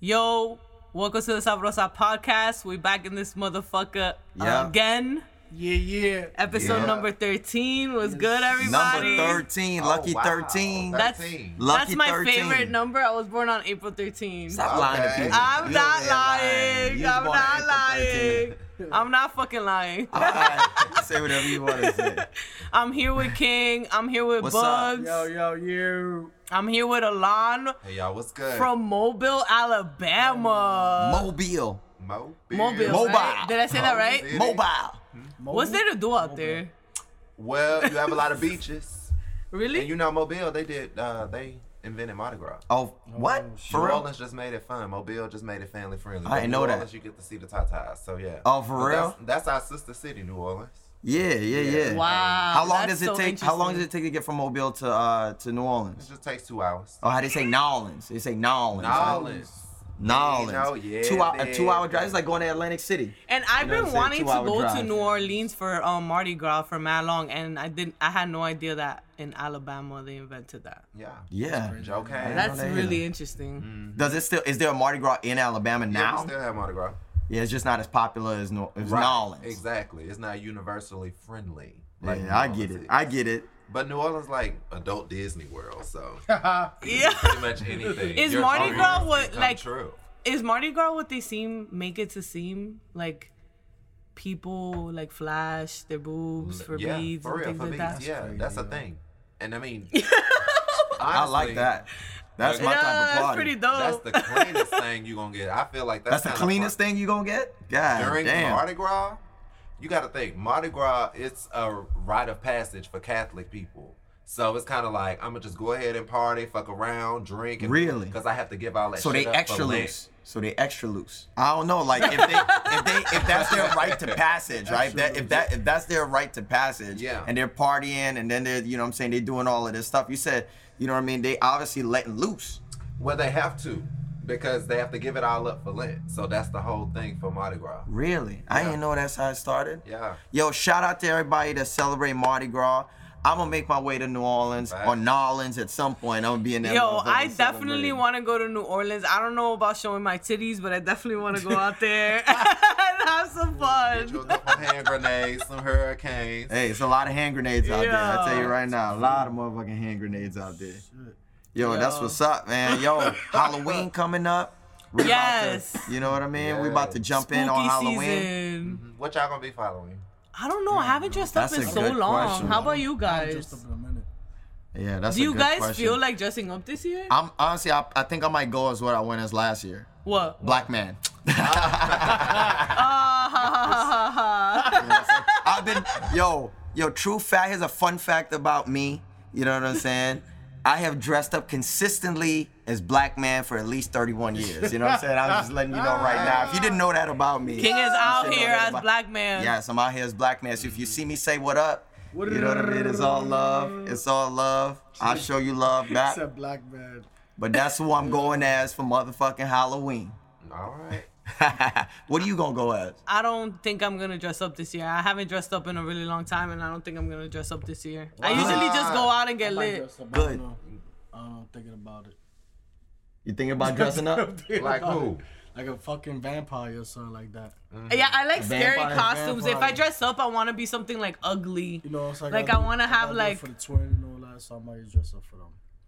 Yo, welcome to the Sabrosa podcast. We back in this motherfucker Yeah. again. Yeah, yeah. Episode Yeah. number 13 was good, everybody. Number 13, lucky Oh, wow. 13. That- That's, 13. that's Lucky my 13. favorite number. I was born on April 13. Stop lying to Okay. people. I'm You not ain't lying. You was I'm born not April 13. lying. I'm not fucking lying. All right. say whatever you want to say. I'm here with King. I'm here with What's up? Bugs. Yo, yo, yo. I'm here with Alon Hey y'all, what's good? from Mobile, Alabama. Mobile. Mobile. Mobile. Mobile. right? Did I say that Mobile. right? It is. Mobile. What's there to do out there? Well, you have a lot of beaches, and Really? you know Mobile. They did. Uh, they invented Mardi Gras. Oh, what? For New real? Orleans just made it fun. Mobile just made it family friendly. I didn't New know that. Orleans, You get to see the tatas. So yeah. Oh, for But real? That's, that's our sister city, New Orleans. Yeah, yeah, yeah. Wow. How long that's does it so take? How long does interesting. it take to get from Mobile to uh to New It Orleans? just takes two hours. Oh, how they say New Orleans? They say New Orleans. New Orleans. New Orleans. You know, yeah, two hour, a man. two hour drive. It's like going to Atlantic City. And I've You know been what I'm saying? wanting to Two-hour go to drive. New Orleans for um, Mardi Gras for mad long, and I didn't. I had no idea that in Alabama they invented that. Yeah. Yeah. Joke I That's know that really either. interesting. Does it still? Is there a Mardi Gras in Alabama Yeah, now? we still have Mardi Gras. Yeah, it's just not as popular as New, as New Orleans. Exactly. It's not universally friendly. like New Yeah, I get Orleans it. is. I get it. But New Orleans like adult Disney World, so Yeah. Mm. pretty much anything. Is Your Mardi dreams Gras can what, come like- true? Is Mardi Gras what they seem make it to seem like? People like flash their boobs for yeah, beads for real, and for things beads. like that. yeah, that's a thing. And I mean, I like honestly, that. That's Yeah, my Yeah, type of that's party. pretty dope. That's Oh. the cleanest thing you gonna get. I feel like that's, That's the kinda cleanest fun. thing you gonna get. God during damn. Mardi Gras. You got to think Mardi Gras. It's a rite of passage for Catholic people. So it's kind of like I'm gonna just go ahead and party, fuck around, drink, and Really? because I have to give all that. so shit they up for extra Lent. loose. So they extra loose. I don't know. Like if they if they if that's their right to passage, right? If that if that if that's their right to passage, Yeah. And they're partying, and then they're you know what I'm saying they're doing all of this stuff. You said you know what I mean. They obviously letting loose. Well, they have to because they have to give it all up for Lent. So that's the whole thing for Mardi Gras. Really? I Yeah. didn't know that's how it started. Yeah. Yo, shout out to everybody that celebrate Mardi Gras. I'm gonna make my way to New Orleans or Facts. New Orleans at some point. I'm gonna be in there. Yo, I definitely want to go to New Orleans. I don't know about showing my titties, but I definitely want to go out there and have some Get you a fun. couple hand grenades, some hurricanes. Hey, it's a lot of hand grenades out there. I tell you Yeah. right now, a lot of motherfucking hand grenades out there. Yo, that's Yo. what's up, man. Yo, Halloween coming up. We about to- Yes. you know what I mean? We about to jump in on Spooky Halloween. Mm-hmm. season. What y'all gonna be following? I don't know. I haven't dressed up That's in a so good long. question. How about you Just guys? up in a minute. Yeah, that's Do a you good guys question. feel like dressing up this year? I'm honestly, I, I think I might go as what I went as last year. what? Black man. Ah, ha, ha, ha, ha, ha. I've been yo, yo, true fact here's a fun fact about me. You know what I'm saying? I have dressed up consistently as black man for at least 31 years. You know what I'm saying? I'm just letting you know right now. If you didn't know that about me, King is you out should know here that as about- black man. Yes, I'm out here as black man. So if you see me, say what up. You know what I mean? It's all love. It's all love. I'll show you love back. It's a black man. But that's who I'm going as for motherfucking Halloween. All right. what are you gonna go as? I don't think I'm gonna dress up this year. I haven't dressed up in a really long time, and I don't think I'm gonna dress up this year. I Wow. usually just go out and get I might lit. dress up. I Good. don't know. I don't know. I'm thinking about it. You thinking about dressing up? Thinking Like about who? it. Like a fucking vampire or something like that. Yeah, I like scary Vampire, costumes. If I vampire. dress up, I want to be something like ugly. You know, it's like Like, gotta I do- wanna gotta have, do it like- for the twin and all that, so I might just dress up for them.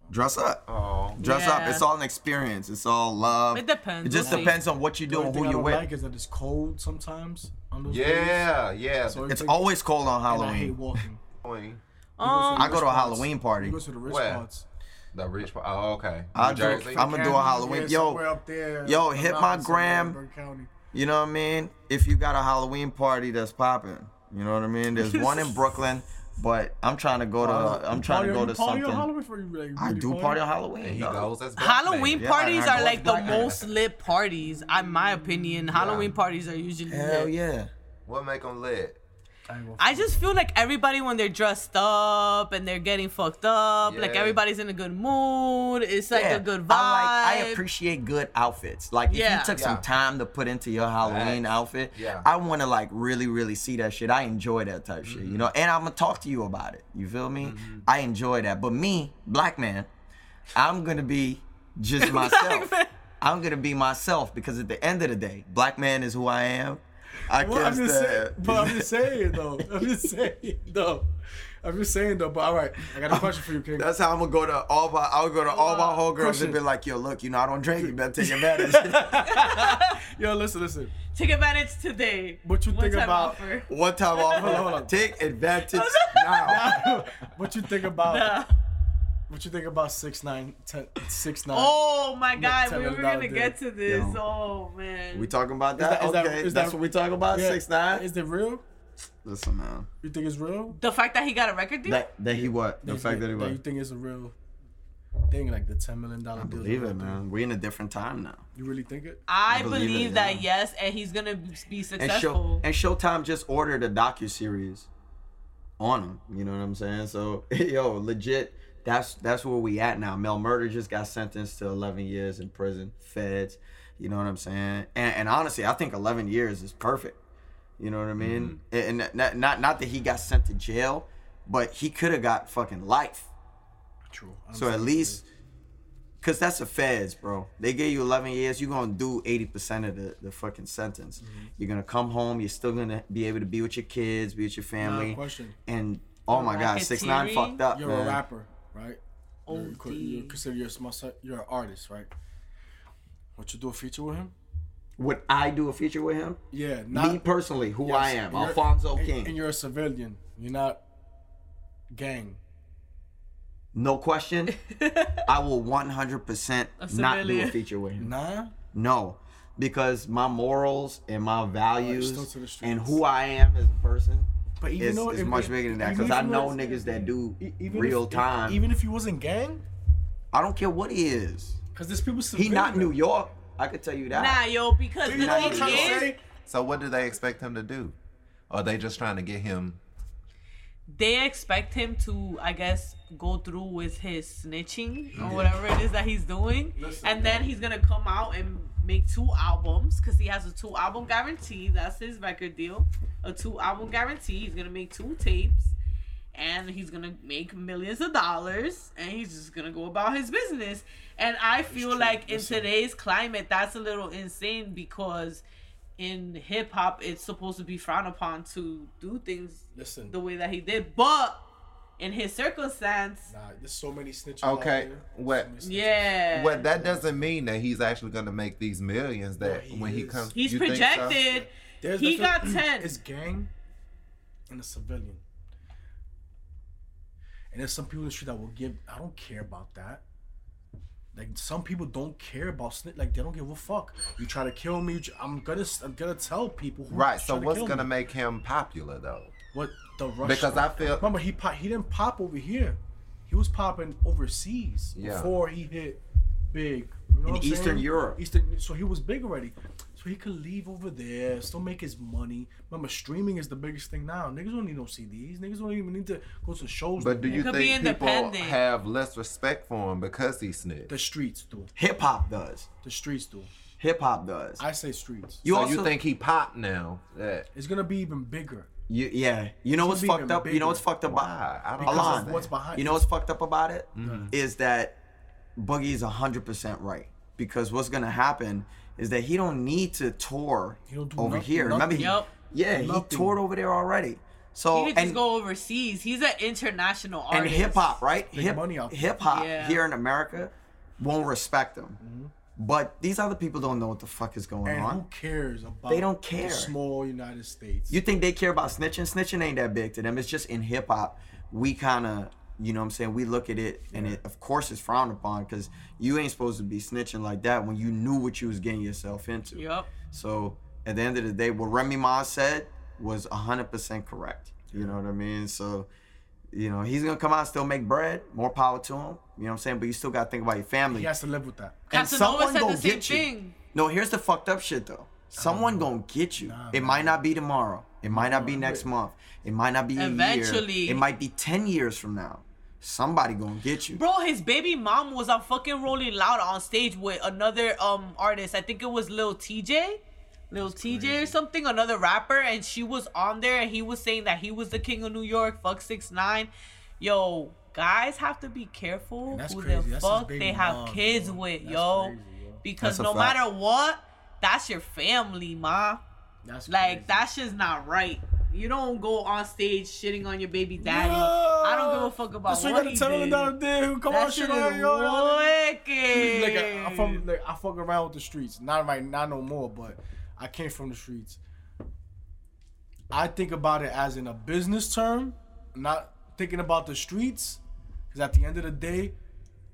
Dress up. Oh. Dress up. Yeah. It's all an experience. It's all love. It depends. It just We'll see. depends on what you do The only and thing who I you're don't with. like is that it's cold sometimes. On those days. Yeah, yeah. So it's like- always cold on And I hate Halloween. walking. Halloween, Um, I go to a Halloween You party. go to the rich Where? parts. the rich. part- Oh, okay. I New do- Jersey. I'm gonna do a Halloween. Yeah, somewhere Yo, up there, yo, up hit north, my somewhere in gram. Burke County. you know what I mean? If you got a Halloween party that's popping, you know what I mean? There's one in Brooklyn, but I'm trying to go to. Uh, I'm trying to go to Party something. on Halloween for you, like, I really do party on Halloween. he dog. goes as Batman. Halloween Yeah, parties I- I are go like as the black man. most lit parties, in my opinion. Halloween parties are usually Hell lit. yeah. What make them lit? I ain't gonna I just feel like everybody when they're dressed up and they're getting fucked up, like Yeah. everybody's in a good mood. It's like Yeah, a good vibe. I, like, I appreciate good outfits. Like if Yeah. you took Yeah. some time to put into your Halloween Facts. outfit, Yeah. I want to like really, really see that shit. I enjoy that type shit, Mm-hmm. you know. And I'm gonna talk to you about it. You feel me? I enjoy that. But me, black man, I'm gonna be just myself. I'm gonna be myself because at the end of the day, black man is who I am. I Well, I'm guess just saying, that. but I'm just saying though. I'm just saying though. I'm just saying though. But all right, I got a question for you, King. That's how I'm gonna go to all my. I'll go to all my whole girls Question. and be like, "Yo, look, you know I don't drink. You better take advantage." Yo, listen, listen. Take advantage today. What you think time about- offer? One time on, hold off. on. Take advantage now. what you think about? Nah. What you think about six nine ten six nine? Oh my Next God, time we I'm were down gonna there. get to this. Yo. Oh man. We talking about Is that? that- is that- okay, is that's that- what we talking about. Yeah. Six nine. Is it real? Listen, man. You think it's real? the fact that he got a record deal. That that he what? The You fact think- that he You what? think it's a real thing, like the ten million dollar deal? Believe it, man. We in a different time now. You really think it? I I believe, believe it, that yeah. yes, and he's gonna be- be And show successful. and Showtime just ordered a docu series on him. You know what I'm saying? So yo, legit. That's that's where we at now. Mel Murder just got sentenced to 11 years in prison, feds. You know what I'm saying? And, and honestly, I think 11 years is perfect. You know what I mean? And and not, not not that he got sent to jail, but he could have got fucking life. True. So at least, cause that's the feds, bro. They gave you 11 years. You're gonna do 80% of the, the fucking sentence. Mm-hmm. You're gonna come home. You're still gonna be able to be with your kids, be with your family. question. And oh my god, six nine Racketeering? fucked up, you're man. a rapper, right? You're, co- you're OD. considered you're a small, you're an artist, right? Would you do a feature with him? Would I do a feature with him? Yeah, not Me personally, who Yes, I am, and you're- Alfonso and- King. And you're a civilian. You're not gang. no question. I will 100% not do a civilian. feature with him. Nah. No, because my morals and my still values to the streets. and who I am as a person But even is, though is if- much if- bigger than that. even Because if I you know was- niggas that do e- even real if- time. Even if you wasn't gang, I don't care what he is. because there's people. He Civilian. not New York. I could tell you that. Nah, yo, because You the know what I'm thing trying to is, say? So what do they expect him to do? Are they just trying to get him? they expect him to, I guess, go through with his snitching or whatever it is that he's doing, and then he's gonna come out and make two albums because he has a two album guarantee. That's his record deal, a two album guarantee. He's gonna make two tapes, and he's gonna make millions of dollars, and he's just gonna go about his business. And I feel like in today's climate, that's a little insane because. In hip hop, it's supposed to be frowned upon to do things Listen, the way that he did, but in his circumstance, nah, there's so many snitches. Okay, out there. what- So many snitches. yeah, Well, that doesn't mean that he's actually going to make these millions. That he when he is. comes, he's you think so? projected. There's He got different- ten. It's gang and a civilian. And there's some people in the street that will give. I don't care about that. Like some people don't care about snitch. Like they don't give a fuck. You try to kill me. you tr- I'm gonna. s- I'm gonna tell people. Who Right. tried So to what's kill gonna me. make him popular though? What the rush? Because I feel remember he pop, He didn't pop over here. He was popping overseas Yeah. before he hit big. You know In what I'm Eastern saying? Europe. Eastern. So he was big already. So he could leave over there, still make his money. Remember, streaming is the biggest thing now. Niggas don't need no CDs. Niggas don't even need to go to shows. But do no you more. could be think people independent. have less respect for him because he snitched? The streets do. Hip hop does. The streets do. Hip hop does. I say streets. you so also you think he popped now? That It's gonna be even bigger. you- yeah. You know what's Should be fucked even up? You know what's bigger. fucked up why? about I don't Because of Alon, understand. what's behind. You know what's Mm-hmm. fucked up about it is that Boogie's hundred percent right because what's gonna happen is that he don't need to tour He don't do over noth- here. Remember, nothing. he, Yup. yeah, he Nothing. toured over there already. So He could just and, go overseas. He's an international artist. and hip hop, right? Big Hip money out there. hip hop Yeah. here in America won't respect him. But these other people don't know what the fuck is going Mm-hmm. and on. who cares about? They don't the care. small United States. You think they care about snitching? Snitching ain't that big to them. It's just in hip hop, we kind of, you know what I'm saying? We look at it and it, of course, it's frowned upon because you ain't supposed to be snitching like that when you knew what you was getting yourself into. Yup. So at the end of the day, what Remy Ma said was 100% correct. You know what I mean? So, you know, he's going to come out and still make bread. More power to him. You know what I'm saying? But you still got to think about your family. he has to live with that. And Casanova someone said gonna the same get you. thing. No, here's the fucked up shit though. Someone gonna get you. it might not be tomorrow. It might not be next month. It might not be A Eventually. year. It might be ten years from now. Somebody gonna get you. Bro, his baby mom was on fucking Rolling Loud on stage with another um artist. I think it was Lil TJ. Lil TJ or something, another rapper, and she was on there and he was saying that he was the king of New York, fuck six nine. Yo, guys have to be careful that's who crazy. the That's his fuck baby they have mom, kids bro. with, That's yo. crazy, yo. because That's a no fact. matter what, that's your family, ma. That's Like crazy. that shit's not right. You don't go on stage shitting on your baby daddy. Yeah. I don't give a fuck about That's why you what gotta he tell him did. that dude. Come that on, shit shit is on yo. wicked. Like I, I from, like I fuck around with the streets. Not right, not no more. But I came from the streets. I think about it as in a business term, not thinking about the streets, because at the end of the day,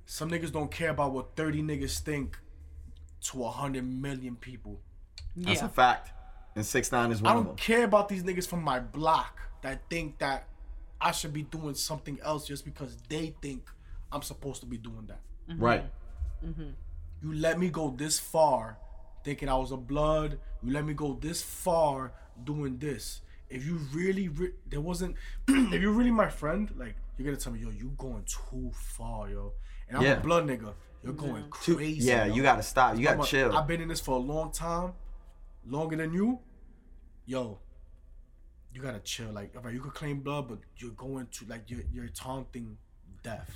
some niggas don't care about what thirty niggas think to hundred million people. That's yeah. a fact. And six nine is I one of them. don't care about these niggas from my block that think that I should be doing something else just because they think I'm supposed to be doing that. Right. You let me go this far thinking I was a blood. You let me go this far doing this. If you really, re- there wasn't, if you're really my friend, like, you're gonna tell me, yo, you going too far, yo. And I'm Yeah. a blood nigga. You're going Two- crazy. yeah, yo. you gotta stop. You gotta I'm a- chill. I've been in this for a long time, longer than you. Yo, you gotta chill. Like, all right, you could claim blood, but you're going to like you're you're taunting death.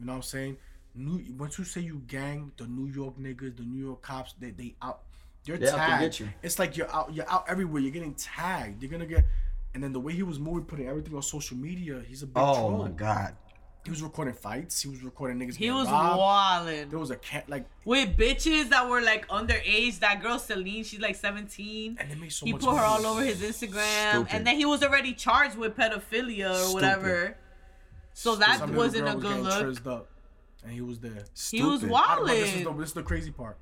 You know what I'm saying? New once you say you gang, the New York niggas, the New York cops, they they out. You're They out to tagged. get you. It's like you're out. You're out everywhere. You're getting tagged. You're gonna get. And then the way he was moving, putting everything on social media, he's a big oh troll. my god. He was recording fights. He was recording niggas. He getting was robbed. wildin' There was a cat like, with bitches that were like underage. That girl Celine, she's like 17. and they made so He much. put her all money. over his Instagram, Stupid. and then he was already charged with pedophilia or Stupid. whatever. So that Some little wasn't girl a was good getting look. trizzed up, and he was there. He was Stupid. But this is the wildin'. this is the crazy part.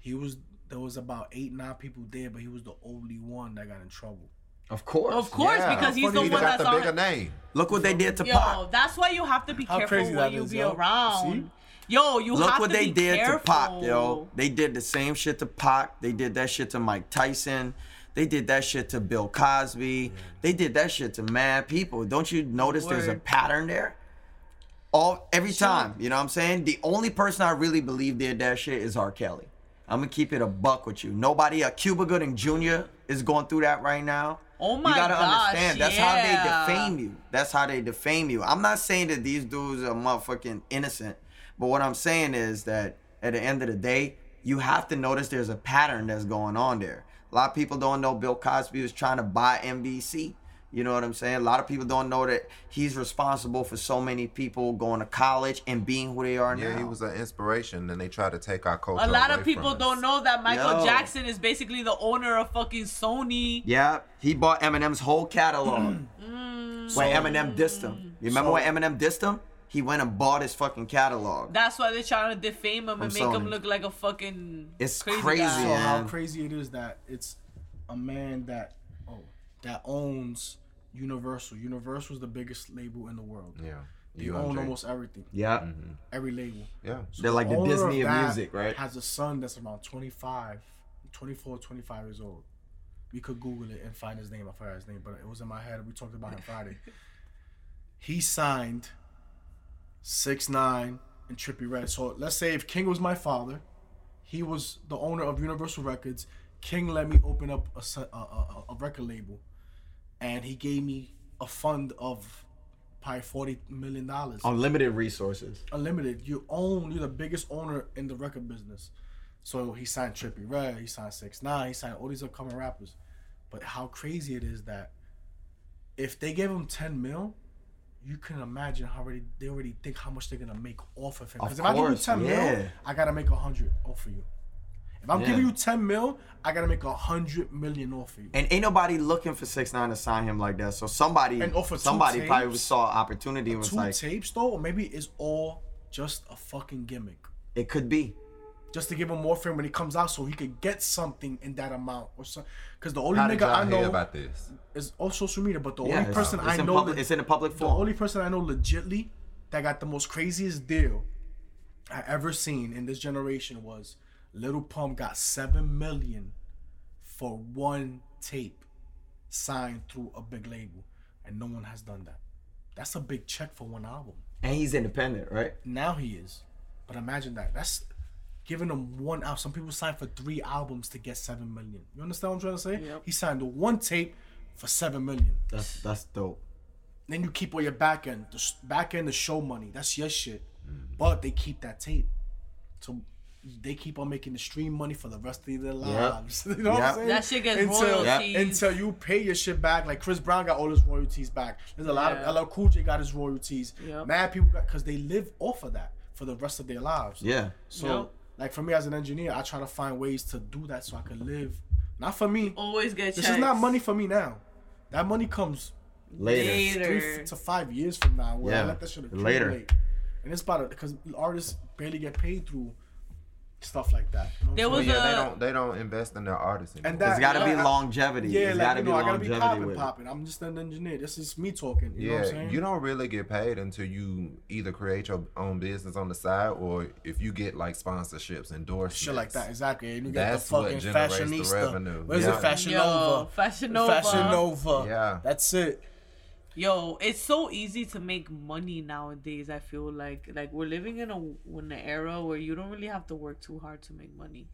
He was there was about eight nine people there, but he was the only one that got in trouble. Of course. Of course, Yeah. because he's Funny the He one got that's the bigger on. name. Look what they did to Yo, Pac. that's why you have to be How careful crazy when that you is, be yo. around. See? Yo, you Look have what to they be did careful. to Pac, yo. They did the same shit to Pac. They did that shit to Mike Tyson. They did that shit to Bill Cosby. They did that shit to mad people. Don't you notice there's a Word. pattern there? All every time, you know what I'm saying? The only person I really believe did that shit is R. Kelly. I'm gonna keep it a buck with you. Nobody, uh, Cuba Gooding Jr. is going through that right now. Oh my You gotta gosh, understand. That's yeah. how they defame you. That's how they defame you. I'm not saying that these dudes are motherfucking innocent, but what I'm saying is that at the end of the day, you have to notice there's a pattern that's going on there. A lot of people don't know Bill Cosby was trying to buy NBC. You know what I'm saying? A lot of people don't know that he's responsible for so many people going to college and being who they are Yeah, now. he was an inspiration, and they tried to take our culture. A lot away of people from don't us. know that Michael Yo. Jackson is basically the owner of fucking Sony. Yeah, he bought Eminem's whole catalog. Mm. when Eminem dissed him. You remember So- when Eminem dissed him? He went and bought his fucking catalog. That's why they're trying to defame him and make him sorry. look like a fucking It's crazy, crazy. guy. So how Yeah. crazy it is that it's a man that oh that owns Universal. Universal's the biggest label in the world. Yeah, They own UMG. almost everything. yeah. Mm-hmm. Every label. Yeah, They're like the owner Disney of that music, right? Has a son that's around 25, 24, 25 years old. We could Google it and find his name. I forgot his name, but it was in my head. We talked about him Friday. He signed six nine and Trippy Red. So let's say if King was my father, he was the owner of Universal Records. King let me open up a s- a- a- a record label, and he gave me a fund of probably forty million dollars Unlimited resources. unlimited. You own. You're the biggest owner in the record business. So he signed Trippy Red. He signed Six Nine. He signed all these upcoming rappers. But how crazy it is that if they gave him ten mil, you can imagine how already they already think how much they're gonna make off of him. Of Because if I give you course, ten mil, yeah. I gotta make a hundred off of you. If I'm Yeah. giving you ten mil, I gotta make a hundred million off of you. And ain't nobody looking for six nine to sign him like that. So somebody, And off of two somebody probably tapes- saw opportunity and was Two like, tapes though, or maybe it's all just a fucking gimmick. it could be. just to give him more fame when he comes out, so he could get something in that amount or something. Because the only How did nigga I y'all hear know about this? is on social media, but the Yeah, only it's- person it's I in know, public- le- it's in a public the forum. only person I know legitly that got the most craziest deal I ever seen in this generation was Little Pump got seven million for one tape signed through a big label, and no one has done that. That's a big check for one album. And he's independent, right? Now he is. But imagine that. That's giving him one album. Some people sign for three albums to get seven million. You understand what I'm trying to say? He signed the one tape for seven million. That's that's dope. Then you keep all your back end, Mm. the s- back end, the show money. That's your shit. But they keep that tape. So they keep on making the stream money for the rest of their Yep. lives. you know what Yep. I'm saying? That shit gets until, royalties. until you pay your shit back. Like Chris Brown got all his royalties back. There's a lot Yeah. of LL Cool J got his royalties. Yep. Mad people got because they live off of that for the rest of their lives. Yeah. So Yep. like for me as an engineer, I try to find ways to do that so I can live. Not for me. Always get This checks. is not money for me now. That money comes Later. Later. three to five years from now. Where I Yeah, let that shit accumulate. later. And it's about it because artists barely get paid through stuff like that. You know what There I'm was yeah, a they don't they don't invest in their artists anymore. And It's that- got to be Yeah. longevity. saying? yeah, it's like got to you be know, I gotta be longevity popping, with it. popping. I'm just an engineer. This is me talking. You know what I'm yeah, saying? you don't really get paid until you either create your own business on the side or if you get like sponsorships, endorsements. shit like that. Exactly. And you get That's the what fucking generates the fashionista. revenue. Where's Yeah. it? Fashion Yo, Nova. Fashion Nova. Fashion Nova. Yeah. That's it. Yo, it's so easy to make money nowadays. I feel like like we're living in a in an era where you don't really have to work too hard to make money.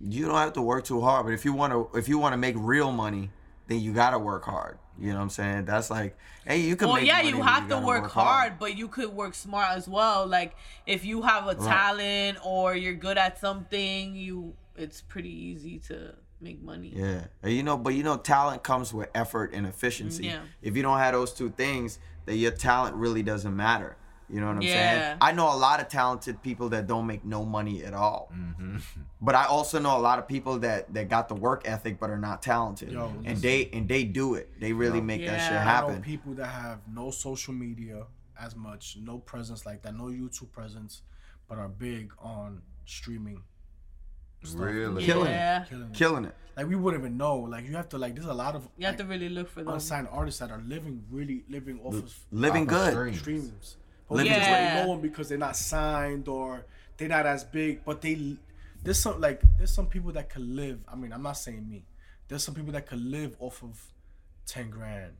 You don't have to work too hard, but if you want to, if you want to make real money, then you got to work hard. You know what I'm saying? That's like, hey, you can. Well, make yeah, money, you but have to gotta work, hard, but you could work smart as well. Like if you have a talent or you're good at something, you it's pretty easy to make money. Yeah, And you know, but you know, talent comes with effort and efficiency. Yeah. If you don't have those two things, then your talent really doesn't matter. You know what I'm Yeah. saying? I know a lot of talented people that don't make no money at all. Mm-hmm. But I also know a lot of people that that got the work ethic but are not talented, Yo, and listen. they and they do it. They really make that shit Yeah. I know happen. people that have no social media as much, no presence like that, no YouTube presence, but are big on streaming, Really? Killing yeah. killing. it. Killing it. Like we wouldn't even know. Like you have to like. There's a lot of You have like, to really look for them. unsigned artists that are living really living off of Living Off good. of streams. streams. But Living we just Yeah. don't know them because they're not signed or they're not as big. But they there's some like there's some people that could live. I mean, I'm not saying me. There's some people that could live off of ten grand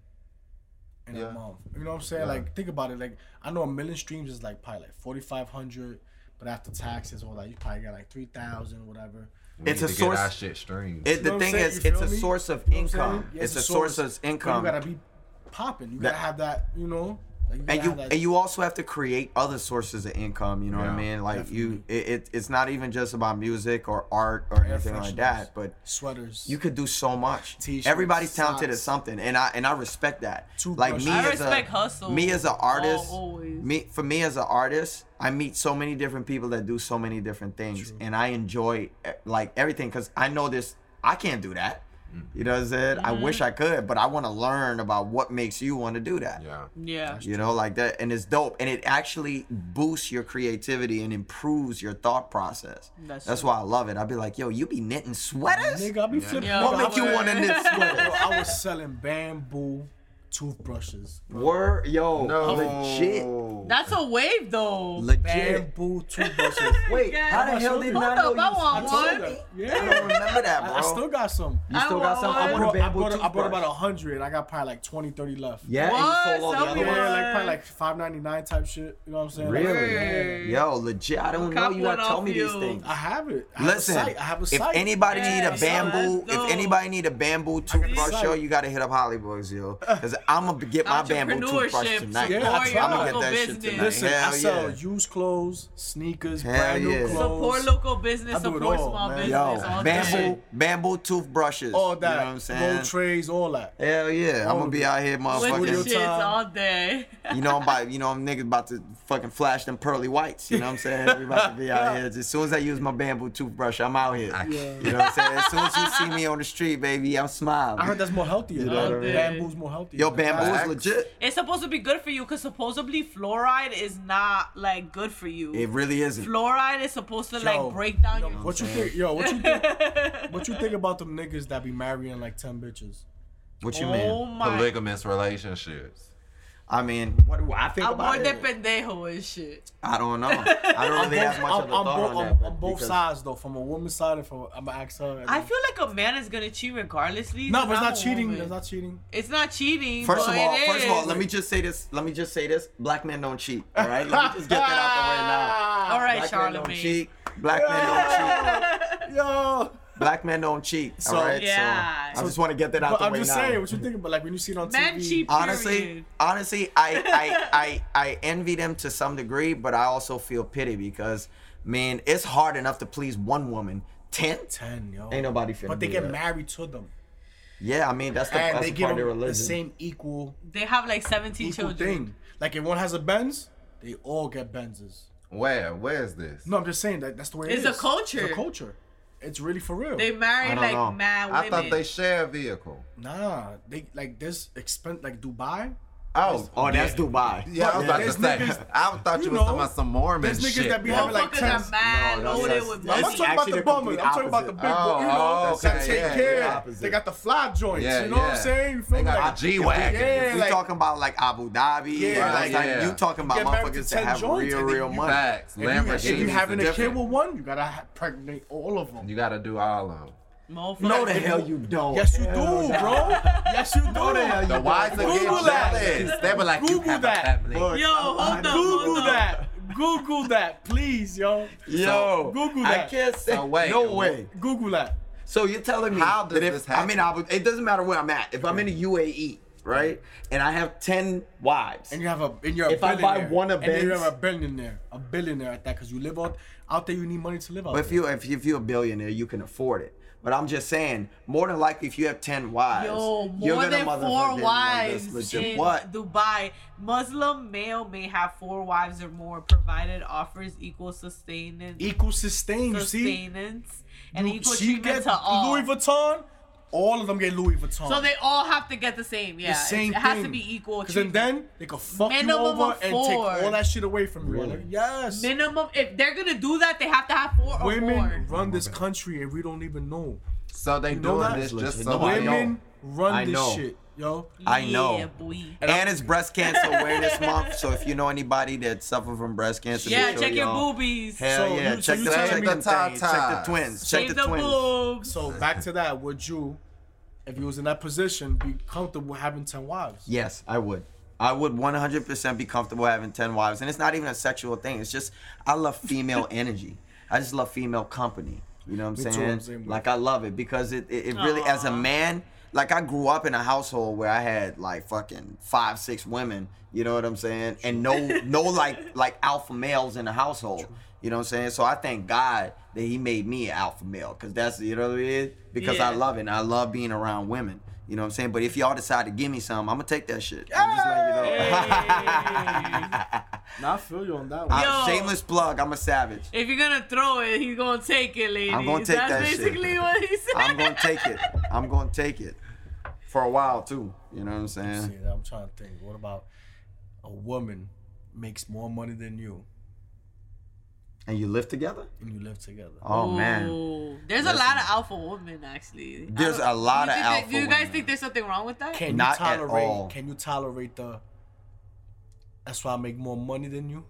in Yeah. a month. You know what I'm saying? Like think about it. Like I know a million streams is like probably like forty five hundred, but after taxes all that, you probably got like three thousand, whatever. We It's need a to get source- our shit streamed. It, You know the what I'm thing saying? is, You it's feel a me? source of You know what I'm income. saying? Yeah, It's a source of but income. You gotta be popping. You gotta That- have that. You know. Like, and gotta you have that- and you also have to create other sources of income you know what i Yeah, mean like you it, it, it's not even just about music or art or anything like that but fresheners, sweaters. you could do so much T-shirts, everybody's talented at socks. something and i and i respect that like Toothbrushes. me I as respect a hustle me as an al- artist always. me for me as an artist i meet so many different people that do so many different things and i enjoy eh, like everything because i know this i can't do that Mm. you know what i'm saying i Mm-hmm. wish i could but i want to learn about what makes you want to do that yeah. Yeah. you know like that and it's dope and it actually boosts your creativity and improves your thought process That's that's, true. why i love it i'd be like yo you be knitting sweaters Nigga, I be flipping. Yo, what make you Robert. want to knit Yo, sweaters I was selling bamboo toothbrushes. were yo No. legit That's a wave though. legit Bamboo toothbrushes. wait Yeah. how the hell Hold did up, not know I you want I told one. you. Yeah. i don't remember that I, bro I still got some. you still I got want some one. i want Bro, a I, bamboo bought, I bought toothbrush. about 100. I got probably like 20, 30 left. yeah and you sold What? all the Tell other me ones? Yeah, like probably like 5.99 type shit. You know what I'm saying? Like, Word. really yo legit i don't know Cop you one gotta tell off me these you. things I have it. I have Listen, a site. I have a if site. anybody Yeah, need a it's all bamboo, let's go. if anybody need a bamboo toothbrush, site. yo, you gotta hit up Hollyboys, yo, because I'm gonna get my bamboo toothbrush Entrepreneurship, tonight. Yeah, I I'm tried. gonna get Local that shit business. tonight. Listen, Hell I sell yeah. used clothes, sneakers, Hell brand new yeah. clothes. Support local business, I do it support all, small man. business. Yo, all bamboo, day. bamboo toothbrushes. All that. You know what I'm saying? Roll trays, all that. Hell yeah, I'm All gonna be of out here, With Studio the motherfucking. shits time. all day. You know I'm about, you know I'm niggas about to fucking flash them pearly whites. You know what I'm saying? We about to be out here. As soon as I use my bamboo toothbrush, I'm out here. You know what I'm saying? As soon as you see me on the street, baby, I'm smiling. I heard that's more healthier. know what I mean? Bamboo's more healthy. Yo, bamboo is Facts. legit. It's supposed to be good for you because supposedly fluoride is not like good for you. It really isn't. fluoride is supposed to Yo, like break down yo, your. What you think? Yo, what you think? what you think about them niggas that be marrying like ten bitches? What you mean? oh my. Polygamous relationships. I mean, what do I think about Amor de it? pendejo and shit. I don't know. I don't really have much I'm, of a thought I'm bo- on that. I'm- but I'm both because- sides though, from a woman's side and from I'm gonna ask her. and I then- feel like a man is gonna cheat regardlessly. no, but it's I'm not a cheating. woman. It's not cheating. It's not cheating. First but of all, it first of all, is. let me just say this. Let me just say this. Black men don't cheat. All right, let me just get that out All the way now. right, Black men don't Charlemagne. cheat. Black men don't cheat. Yo, Black men don't cheat. All So- right, Yeah. so I just want to get that out but the I'm way just now. saying, what you think about like when you see it on Men TV? cheap. honestly Period. honestly I, I i i envy them to some degree but i also feel pity because I mean, it's hard enough to please one woman. Ten? Ten, yo. Ain't nobody finna But they do get that. married to them, Yeah, I mean that's the, and that's they the give part of their them religion. the same equal They have like 17 equal children. thing. Like if one has a Benz, they all get Benzes. Where? Where is this? No, I'm just saying that that's the way it It's is. a culture. It's a culture. It's really for real. They I marry don't like know. mad women. I thought they share a vehicle. nah, they like this expen like Dubai. Oh, oh, that's Dubai. yeah. I was about to There's say. niggas- I thought you, you was know, talking about some Mormon there's niggas shit. that be having, Motherfuckers like, tens. are mad No, no, loaded that's- with that's- money. I'm not It's talking about actually the the bummer. I'm complete talking about the big opposite. boy. Oh, you know, oh, that okay, take yeah, care. yeah, opposite. They got the fly joints. Yeah, you know what yeah. I'm saying? You feel They me? got Like, the G-Wagon. Yeah, we like, talking about like Abu Dhabi. Yeah, like, like, like, yeah. you talking You about get married to motherfuckers 10 that have joints real, and then real you money. Facts. if you, if you Lamborghinis having is a kid different. with one, you gotta ha- pregnate all of them. You gotta do all of them. Motherfucker. No, the hell you don't. Yes, you do, Hell bro. no. Yes, you do. The wives are Google getting that. jealous. They were like, you Google have that. a family. Look, Yo, hold I'm- up. Google hold up. that. Google that, please, yo. Yo, Google I that. can't say. No way. No way. Google that. So you're telling me How does that if this happen? I mean, Abu, it doesn't matter where I'm at. If I'm in the Mm. UAE, right, and I have ten wives, And you have a and you're a If I buy billionaire. one of and then you Benz- have a billionaire, a billionaire at that, because you live out out there. You need money to live out. But if you if, you- if you're a billionaire, you can afford it. But I'm just saying, more than likely, if you have ten wives, Yo, you're more gonna than motherfucking four like wives this in legit. What? Dubai. Muslim male may have four wives or more, provided offers equal sustenance, equal sustain, you see, sustenance, and equal she treatment gets to all. Louis Vuitton. All of them get Louis Vuitton. so they all have to get the same. Yeah, the same it has to thing. be equal. Because then, treatment. then they could fuck you Minimum over of and take four. all that shit away from you. Really? Yes. minimum, if they're gonna do that, they have to have four or Women more. run this country and we don't even know. So they know doing that? this just so No, I know. Women run I this know. shit, yo. I know. Yeah, boy. And, it's breast cancer awareness month, so if you know anybody that suffers from breast cancer, Yeah, make sure check your y'all- boobies. Hell So yeah, you- so check you the telling check me them the top things, check the ties. twins, check Shave the the twins. boobs. So back to that, would you, if you was in that position, be comfortable having ten wives? Yes, I would. I would 100% be comfortable having 10 wives, and it's not even a sexual thing. It's just I love female energy. I just love female company. You know what I'm too, saying? I'm same way. like I love it because it it, it really as a Aw. man. Like I grew up in a household where I had like fucking five, six women. You know what I'm saying? And no, no like like alpha males in the household. You know what I'm saying? So I thank God that He made me an alpha male because that's you know what it is. Because I Yeah. love it. and I love being around women. You know what I'm saying? But if y'all decide to give me some, I'm gonna take that shit. I'm just letting you know. Now I feel you on that one. I- Yo. shameless plug. I'm a savage. If you're gonna throw it, he's gonna take it, ladies. I'm gonna take That's that shit. basically what he said. I'm gonna take it. I'm gonna take it for a while too. You know what I'm See, saying? I'm trying to think. What about a woman makes more money than you And you live together? and you live together? Oh man. Ooh. there's a lot of alpha women actually. I There's don't- a lot you of think that- alpha Do you guys women. think there's something wrong with that? Can Not you at tolerate? all. Can you tolerate the? That's why I make more money than you.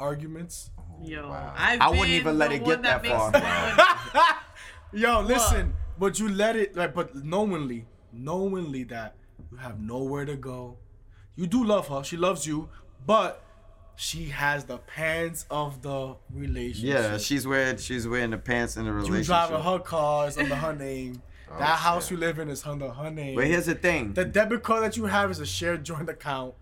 Arguments. Yo, Wow. I've I wouldn't been even let the it one get that makes far. the one- Yo, listen, but you let it like, but knowingly, knowingly that you have nowhere to go. You do love her; she loves you, but she has the pants of the relationship. Yeah, she's wearing she's wearing the pants in the you relationship. driving her cars under her name. that shit. house you live in is under her name. But here's the thing. the debit card that you have is a shared joint account.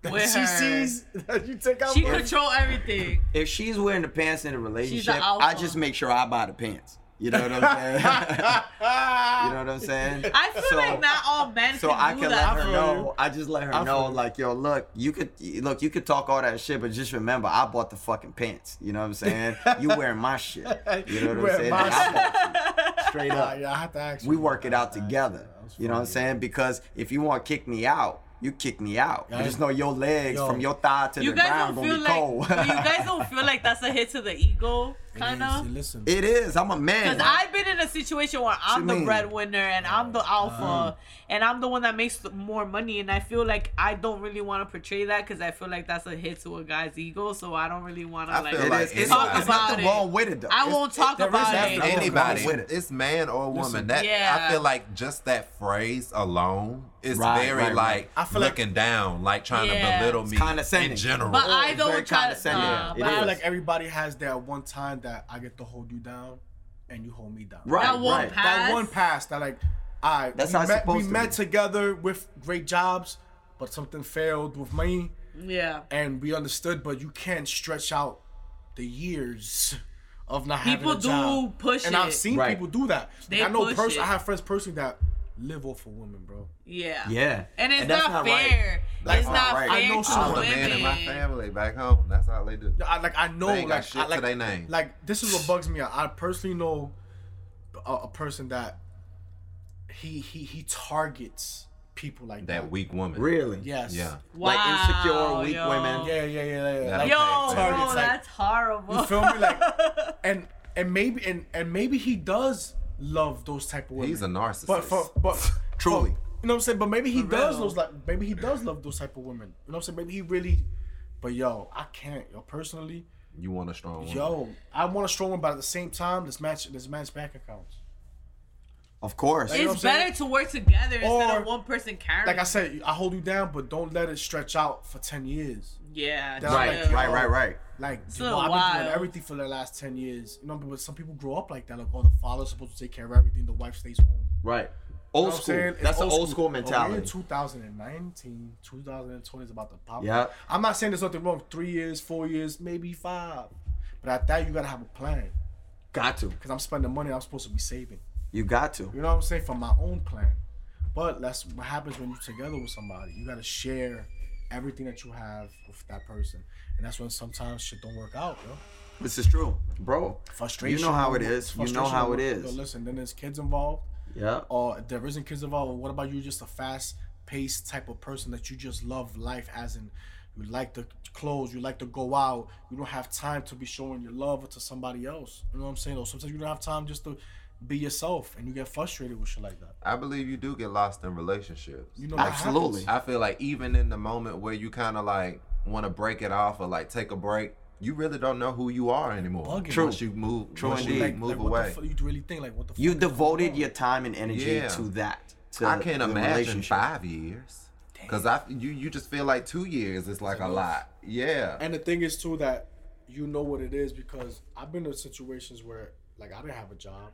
That With she her. sees that you take out. She with- control everything. if she's wearing the pants in a relationship, alpha. I just make sure I buy the pants. You know what I'm saying? you know what I'm saying? I feel So- like not all men so can I do can that. let her feel you. know. I just let her I know, feel you. like, yo, look, you could look, you could talk all that shit, but just remember, I bought the fucking pants. You know what I'm saying? you wearing my shit. You know what I'm Wearing saying? my Like, I bought you. Straight Nah, up, yeah, I have to ask. we you. work it I out have to ask together. That's You know what I'm funny. saying? Because if you want to kick me out, you kick me out. Yeah. But just know your legs Yo. from your thigh to You the guys ground don't gonna feel be like cold. but you guys don't feel like that's a hit to the ego, kind Hey, of. see, Listen, it is. I'm a man. Because I've been in a situation where I'm the mean? Uh-huh. breadwinner and I'm the alpha and I'm the one that makes the- more money, and I feel like I don't really want to portray that because I feel like that's a hit to a guy's ego, so I don't really want I to like. feel It like is. It's, Talk it's nothing about it. wrong with it though. I It's- won't talk there is about nothing it. wrong with anybody, with it. it's man or woman. Listen. that Yeah. I feel like just that phrase alone is Right, very right, right. like I feel like- looking down, like trying Yeah. to belittle It's me condescending. in general. But I it's very don't try to. condescending. Nah, Yeah, it but I I- feel is. like everybody has that one time that I get to hold you down, and you hold me down. Right, That one right. pass. That one pass. That like, I. That's we how it's met, We supposed to met be. together with great jobs, but something failed with me, yeah. and we understood. But you can't stretch out the years of not People having a do job. push and it. I've seen Right. people do that. They I know push pers- it. I have friends personally that live off of women, bro. yeah. Yeah. And it's And that's not, not right. fair. That's It's not not right. fair I know to some I'm the women. man in my women. family back home. That's how they do. I like I know They ain't got like shit I, to like, they name. like this is what bugs me out. I personally know a, a person that he he he targets people like that. That weak woman. Really? Yes. Yeah. Like insecure, Wow, weak yo. women. Yeah, yeah, yeah, yeah. That Like, don't Yo, Okay, fair. bro, It's like- that's horrible. You feel me? Like, and and maybe and and maybe he does love those type of women. He's a narcissist. But for but Truly. for- you know what I'm saying. But maybe he For does real. those like maybe he does love those type of women. You know what I'm saying. Maybe he really. But yo, I can't. Yo, personally, you want a strong woman. yo, I want a strong one, but at the same time, this match, this match back accounts. Of course. you know it's what I'm saying? better to work together instead Or- of one person carrying. Like I said, I hold you down, but don't let it stretch out for ten years. yeah, That's Right, chill. right, right, right. Like, It's you a know, I've been while. doing everything for the last ten years. You know, but some people grow up like that. Like, oh, the father's supposed to take care of everything, the wife stays home. Right. You Old know what I'm school. saying? It's Oh, That's an old school, But mentality. We're in 2019, 2020 is about to pop. Yeah. I'm not saying there's nothing wrong. Three years, four years, maybe five. But I thought you gotta have a plan Got to. because I'm spending money I'm supposed to be saving. You got to. You know what I'm saying? For my own plan. But that's what happens when you're together with somebody. You gotta share everything that you have with that person, and that's when sometimes shit don't work out, yo. This is true, bro. Frustration. You know how it is. You know frustration how it over- Yo, is. listen, then there's kids involved. Yeah. or if there isn't kids involved, what about you just a fast paced type of person that you just love life as in you like to clothes, you like to go out, you don't have time to be showing your love to somebody else. You know what I'm saying? Or sometimes you don't have time just to be yourself and you get frustrated with shit like that. I believe you do get lost in relationships. You know that happens. Absolutely. I feel like even in the moment where you kind of like want to break it off or like take a break, you really don't know who you are anymore. Bugging. True. Once you move, True once you indeed. move what the away. fu- you really think like what the You fuck is devoted going your on? time and energy Yeah. to that. To I can't the imagine relationship. five years. Cause I, you, you just feel like two years is like a lot. Yeah. And the thing is too that you know what it is because I've been in situations where like I didn't have a job,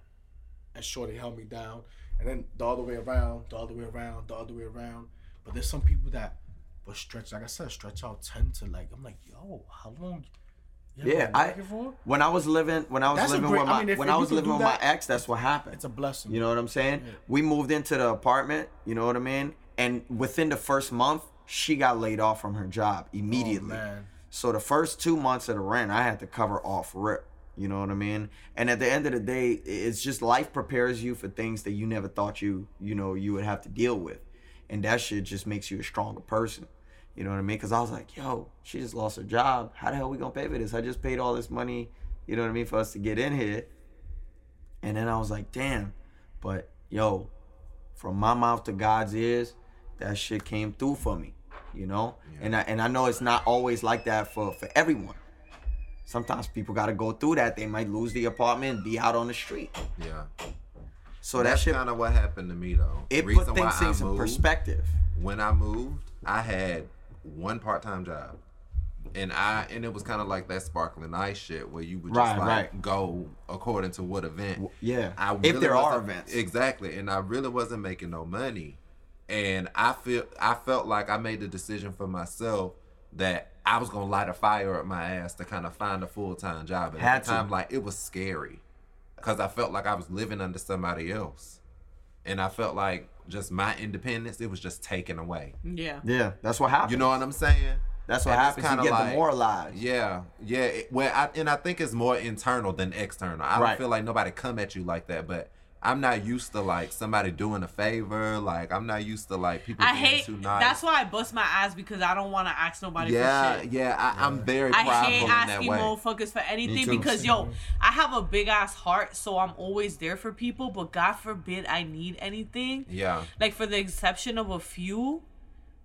and Shorty held me down, and then the other way around, the other way around, the other way around. But there's some people that will stretch, like I said, stretch out ten to like I'm like, yo, how long? you Yeah, been I- working for? When I was living, when I was That's a living great- with I my, mean, if- when if I you was could living do with that, my ex, that's what happened. It's a blessing. You know what I'm saying? We moved into the apartment, you know what I mean? And within the first month, she got laid off from her job Oh, immediately. man. So the first two months of the rent, I had to cover off rip. You know what I mean? And at the end of the day, i- it's just life prepares you for things that you never thought you, you know, you would have to deal with. And that shit just makes you a stronger person. You know what I mean? Because I was like, yo, she just lost her job. How the hell we gonna pay for this? I just paid all this money, you know what I mean, for us to get in here. And then I was like, damn. But yo, from my mouth to God's ears, that shit came through for me. You know? And I and I know it's not always like that for, for everyone. Sometimes people gotta go through that. They might lose the apartment, be out on the street. yeah. So that That's shit kind of what happened to me though. it Reason put why things, I things in moved, perspective. When I moved, I had one part-time job. And I and it was kind of like that sparkling ice shit where you would just Right, like right. go according to what event. Yeah. I if really there are wasn't- events. Exactly. And I really wasn't making no money. And I feel I felt like I made the decision for myself that I was gonna light a fire up my ass to kind of find a full time job. And Had at to. the time, like it was scary. Cause I felt like I was living under somebody else. And I felt like just my independence, it was just taken away. Yeah. yeah, that's what happened. You know what I'm saying? that's what And happens. it's You kinda get like- demoralized. yeah, yeah. It, well, I, and I think it's more internal than external. I Right. don't feel like nobody come at you like that, but I'm not used to like somebody doing a favor. Like I'm not used to like people I being hate. too nice. That's why I bust my ass because I don't want to ask nobody yeah, for shit. yeah. I, I'm very prideful I hate in that asking way. motherfuckers for anything too. because yo, I have a big ass heart, so I'm always there for people. But God forbid I need anything. yeah, Like for the exception of a few,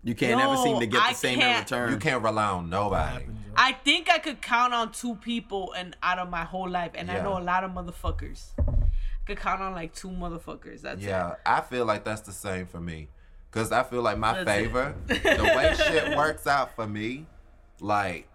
You can't No, ever seem to get the I same in can't- return. you can't rely on nobody. Happens, yo. I think I could count on two people and out of my whole life, and I Yeah. know a lot of motherfuckers. I could count on like two motherfuckers. That's it. Yeah, I feel like that's the same for me, cause I feel like my That's it. favor, the way shit works out for me, like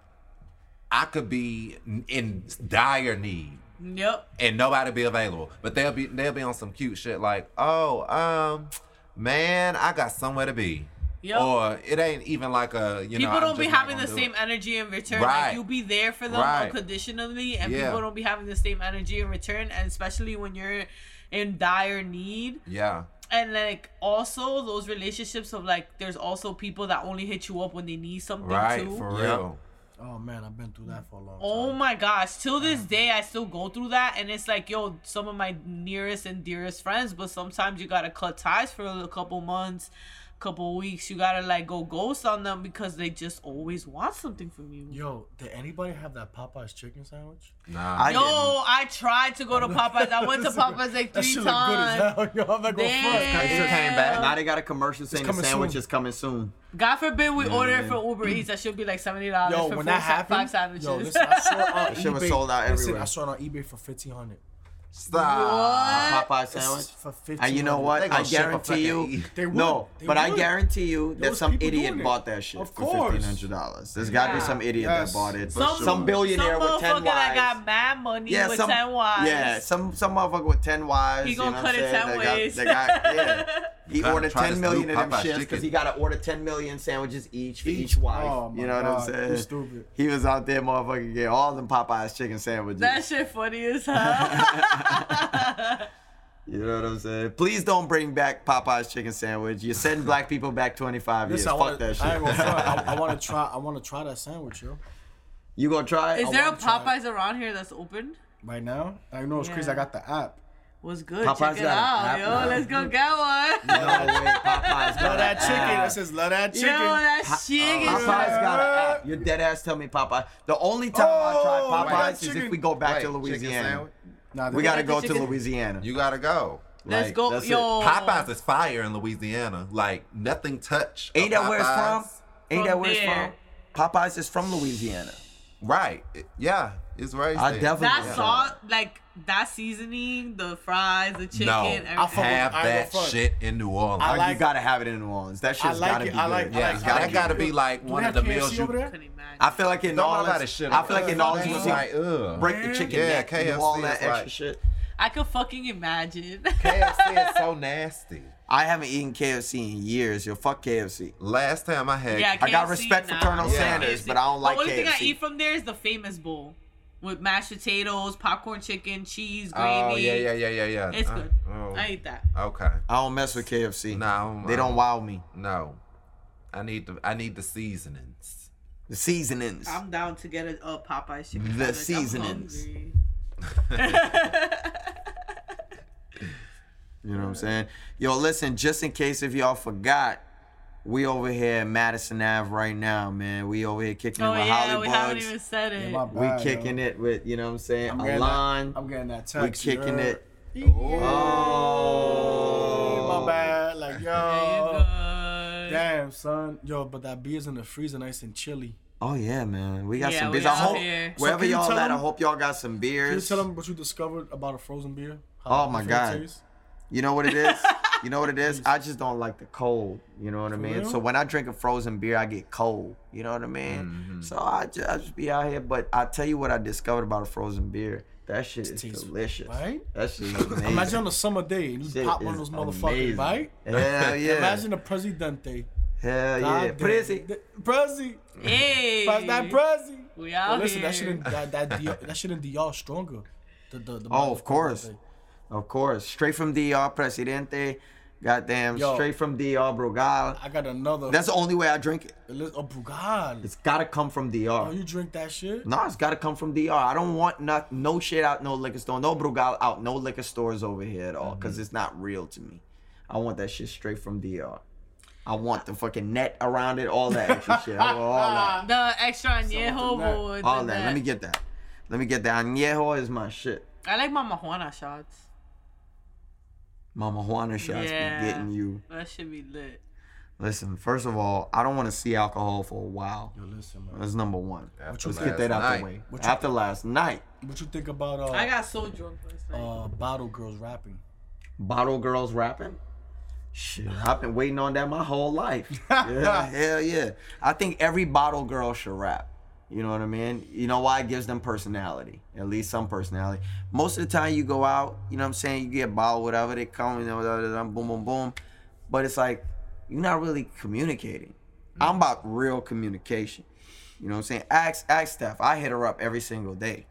I could be n- in dire need Yep. and nobody be available. But they'll be they'll be on some cute shit like, oh, um, man, I got somewhere to be. Yup. Or it ain't even like a you know. people I'm don't be just not having the gonna do same it. energy in return. Right. Like you be there for them Right. unconditionally, and Yeah. people don't be having the same energy in return. And especially when you're in dire need, Yeah. and like also those relationships of like there's also people that only hit you up when they need something Right. too. For Yep. real. Oh man, I've been through that for a long time. Oh my gosh, till this day I still go through that and it's like, yo, some of my nearest and dearest friends, but sometimes you got to cut ties for a couple months, couple weeks. You got to like go ghost on them because they just always want something from you. Yo, did anybody have that Popeye's chicken sandwich? Nah. I- Yo, I tried to go to Popeyes. I went to Popeyes like That three shit look good as times. hell. Yo, I'm not gonna Damn. front. It came back. Yeah. Now they got a commercial saying the coming sandwich soon. is coming soon. God forbid we order it for Uber Eats. That should be like seventy dollars Yo, for when four that sa- five happened, sandwiches. yo, listen, I saw uh, it on That shit was eBay. sold out Listen, everywhere. I saw it on eBay for fifteen hundred. What? Stop. Popeye sandwich. For fifteen. And you know what? They gonna I ship a guarantee fucking- you. They would. No, They but I would. guarantee you that was some people doing idiot it. bought that shit Of for course. fifteen hundred dollars. There's got to be Yeah. some idiot Yes. that bought it. Some- Some, billionaire some with ten motherfucker that got wives. mad money with some ten wives. yeah, some some motherfucker with ten wives. He you gonna know what cut I'm it saying? ten They got- ways. they got- yeah. He Tryna- ordered tryna ten million of them snoop Popeye's shits because chicken. he got to order ten million sandwiches each for each, wife. Oh, my you know what God. I'm saying? You stupid. He was out there, motherfucker, getting all them Popeyes chicken sandwiches. That shit funny as hell. You know what I'm saying? Please don't bring back Popeye's chicken sandwich. You're sending black people back 25 years. Listen, I Fuck wanna, that shit. I, ain't gonna front. I, I want to try. I want to try that sandwich, yo. you gonna try it? Oh, Is there a wanna try Popeyes around here that's open? Right now, I know it's crazy. Yeah. I got the app. Was good. Popeyes Check it got an out, app yo. now. Let's go get No one. way, Popeye's got Love that an chicken. app. That says love that Yo, chicken. that chicken. uh, Popeye's got an app. Your dead ass tell me Popeye. The only time Oh, I wait, tried Popeyes that is if chicken- we go back Wait, to chicken Louisiana. sandwich? Nah, We gotta the go to chicken- Louisiana. You gotta go. Let's Like, go, that's it. yo. Popeyes is fire in Louisiana. Like nothing touch. a Ain't that where it's from? Popeyes. Ain't From that where it's there. from? Popeyes is from Louisiana. Right. It- Yeah. It's right. I there. definitely- That Yeah. salt, like that seasoning, the fries, the chicken, No. everything. I fuck with- Have I ain't that gonna front. shit in New Orleans. I Like, like you gotta have it in New Orleans. That shit's like gotta it. be I good. like- I yeah, like- that I gotta like- be like Do one they of the have meals KFC you. over there? Couldn't imagine. I feel like in New Don't Orleans, nobody shit I on feel like in New that. Orleans, It's you like, ugh. break the chicken Yeah, neck, do all KFC that is like- extra shit. I could fucking imagine. KFC is so nasty. I haven't eaten KFC in years. Yo, fuck KFC. Last time I had, yeah, I got KFC, respect for nah. Colonel Yeah. Sanders, KFC. but I don't like The only thing I KFC. eat from there is the famous bowl with mashed potatoes, popcorn chicken, cheese, gravy. oh yeah, yeah, yeah, yeah, yeah. It's Uh, good. oh, I eat that. okay, I don't mess with KFC. No, I don't- they I don't don't. wow me. no, I need the I need the seasonings. The seasonings. I'm down to get a, a Popeyes chicken. The sandwich. I'm seasonings. hungry. Oh, You know what I'm saying? Yo, listen, just in case if y'all forgot, we over here at Madison Ave right now, man. We over here kicking Oh it with yeah, Holly we haven't Bugs. even said it. My We bad, yo. kicking it with, you know what I'm saying? I'm getting Alon. That, I'm getting that We text. kicking yo. it. Oh, Oh. my bad. Like yo, Very good. damn son, yo, but that beer's in the freezer, nice and chilly. Oh yeah, man. We got Yeah, some we beers. I out hope here. So wherever can you y'all tell at, I them- hope y'all got some beers. Can you tell them what you discovered about a frozen beer? Oh, my it God. tastes? You know what it is? you know what it is? I just don't like the cold. You know what I mean? real? So when I drink a frozen beer, I get cold. You know what I mean? Mm-hmm. So I just, I just be out here. But I tell you what I discovered about a frozen beer. That shit is tastes- delicious. right? That shit is amazing. Imagine on a summer day and you Shit pop one of is those motherfuckers, amazing. right? Hell yeah. Imagine a presidente. Hell yeah. God Prissy. damn. Prezi. Hey, Pass that Prezi. we Yo, out listen, here. that shouldn't that that Dior, that shouldn't Dior stronger. The, the, the Oh, of motherfucking course. thing. Of course. Straight from DR Presidente. Goddamn. Yo. Straight from DR Brugal. I got another. That's the only way I drink it. a li- oh, Brugal. It's gotta come from DR. Oh, you drink that shit? No, it's gotta come from DR. I don't want not, no shit out no liquor store, no Brugal out no liquor stores over here at all, cause it's not real to me. I want that shit straight from DR. I want the fucking net around it, all that extra shit. I want all Uh, that. The extra añejo Something that- boy. All that. Let me get that. Let me get that. Añejo is my shit. I like my marijuana shots. Mama Juana shots Yeah. be getting you. That should be lit. Listen, first of all, I don't want to see alcohol for a while. Yo, listen, man. That's number one. After Let's get last that out night. the way. What you- After last night, What you think about uh, I got so drunk last Oh, night. uh Bottle Girls rapping? Bottle Girls rapping? Shit, I've been waiting on that my whole life. Yeah, hell yeah. I think every bottle girl should rap. You know what I mean? You know why? It gives them personality, at least some personality. Most of the time you go out, you know what I'm saying? You get bottled, whatever, they come, you know, blah, blah, blah, boom, boom, boom. But it's like, you're not really communicating. I'm about real communication. You know what I'm saying? Ask ask Steph. I hit her up every single day.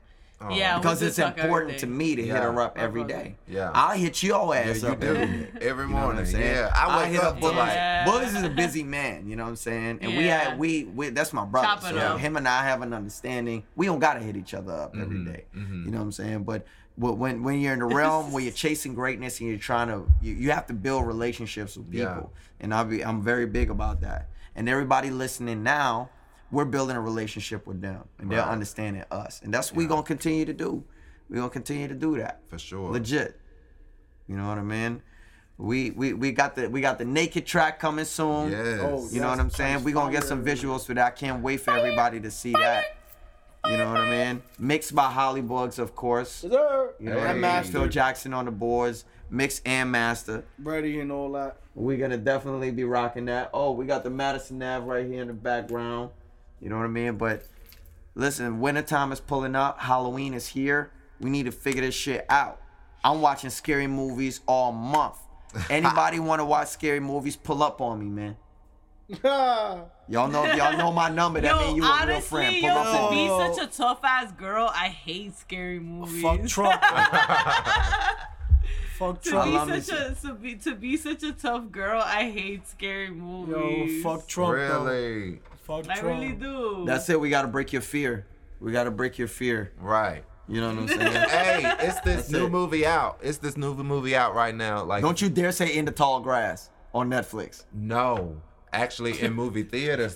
yeah, we Because do it's talk every important to day. me to hit Yeah. Uh-huh. her up every brother. day. Yeah. I'll hit your Yeah, ass you up do every day. Oh, every You know what morning. I'm saying? yeah, I wake hit up to Bullies. like Yeah. Bullies is a busy man, you know what I'm saying? And we Yeah. had we, we that's my brother. Top it So up. him and I have an understanding. We don't gotta hit each other up every Mhm, day. mhm. You know what I'm saying? But but when when you're in the realm where you're chasing greatness and you're trying to you, you have to build relationships with Yeah. people. And I'll be I'm very big about that. And everybody listening now, we're building a relationship with them and they're Right. understanding us. And that's what we're gonna continue to do. We're gonna continue to do that for sure. legit. You know what I mean? We we we got the we got the naked track coming soon. Yes. Oh, You know what I'm saying? We're gonna get some visuals for that. I can't wait for everybody to see that. You know what I mean? Mixed by Hollybugs, of course. You You know know, what I that mean? master, Phil Jackson on the boards, mix and master. Brady, and all that. We're gonna definitely be rocking that. Oh, we got the Madison Ave right here in the background. You know what I mean? But listen, wintertime is pulling up, Halloween is here. We need to figure this shit out. I'm watching scary movies all month. Anybody wanna watch scary movies, pull up on me, man. Y'all know y'all know my number. That means Yo, you a real friend. honestly, Pull yo, up to on me. be such a tough ass girl, I hate scary movies. Fuck Trump. fuck To Trump. I love be this such a to be, to be such a tough girl, I hate scary Yo, movies. fuck Trump. though. really, Fuck I Trump. really do. That's it, we gotta break your fear. We gotta break your fear. right. You know what I'm saying? hey, it's this That's new it. movie out. It's this new movie out right now. Like, Don't you dare say in the tall grass on Netflix. No, actually, in movie theaters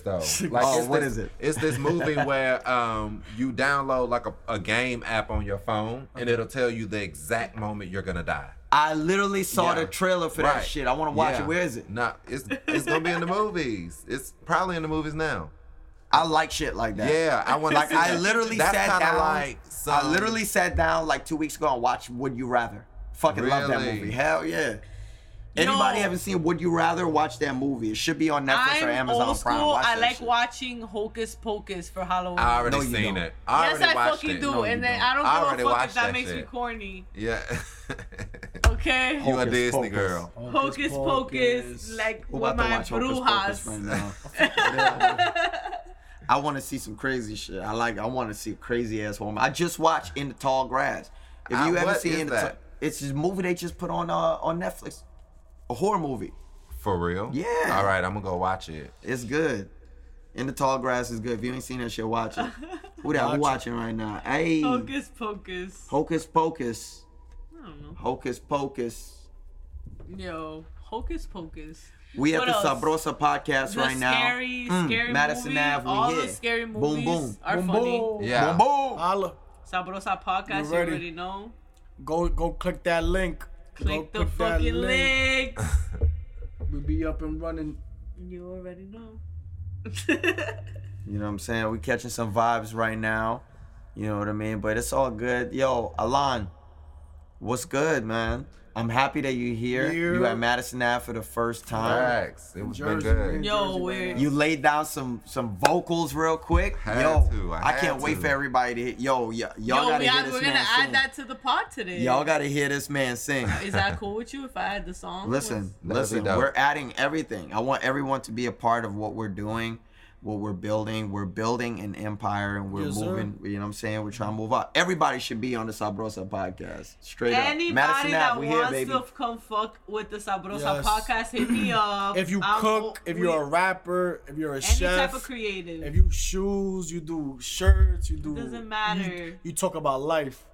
though. Like, Oh, it's what this, is it? It's this movie where um you download like a, a game app on your phone, and it'll tell you the exact moment you're gonna die. I literally saw Yeah. the trailer for that shit. I want to watch it. Where is it? Nah, it's it's gonna be in the movies. It's probably in the movies now. I like shit like that. Yeah, I want Like I literally That's sat kinda down. Like I literally sat down like two weeks ago and watched Would You Rather. Fucking love that Really? movie. Hell yeah. Anybody Yo. haven't seen Would You Rather? Watch that movie. It should be on Netflix I'm or Amazon old Prime. school. Watch I that like shit. watching Hocus Pocus for Halloween. I already No, you seen don't. it. I yes, already I watched fucking it. do, No, you and then don't. I don't I give already a fuck watched if that, that makes me shit. corny. Yeah. Okay. you a Hocus Disney Pocus. girl. Hocus Pocus, like Who with about to my watch Hocus Pocus right brujas. now? I want to see some crazy shit. I like. I want to see crazy ass home. I just watched In the Tall Grass. If Ah, you haven't what seen is In the Tall, that? it's this movie they just put on uh, on Netflix, a horror movie. For real? Yeah. All right, I'm gonna go watch it. It's good. In the Tall Grass is good. If you ain't seen that shit, watch it. Who that Watch who it. watching right now? Hey, Hocus Pocus. Hocus Pocus. I don't know. Hocus Pocus. Yo, Hocus Pocus. We at What the else? Sabrosa podcast The right now. Hmm, scary, Mm, scary Madison movie. Ave, we all here. the scary Boom, movies boom. are Boom, funny. boom. Yeah. Boom, boom. Holla. Sabrosa podcast, We're you ready. already know. Go, go click that link. Click go the fucking link. Uh-huh. We be up and running. you already know. You know what I'm saying? We catching some vibes right now. You know what I mean? But it's all good. Yo, Alon, what's good, man? I'm happy that you're here. Yeah. You at Madison Ave for the first time. Facts. It was been Jersey, good. man. Yo, Jersey, we're man. You laid down some some vocals real quick. Had yo, to, I I, had can't wait to. for everybody to hit. Yo, y- y'all Yo, gotta we hear are, this we're man gonna sing. add that to the pod today. y'all gotta hear this man sing. Is that cool with you if I add the song? Listen, That'd be listen, dope. we're adding everything. I want everyone to be a part of what we're doing, what we're building. We're building an empire and we're Yes, sir. moving, you know what I'm saying? We're trying to move up. Everybody should be on the Sabrosa podcast. Straight Anybody up. Madison that Ave, we here, wants baby. to come fuck with the Sabrosa Yes. podcast, hit me up. If you I'm cook, o- if we- you're a rapper, if you're a any chef, type of creative, if you shoes, you do shirts, you do. doesn't matter. You, you talk about life.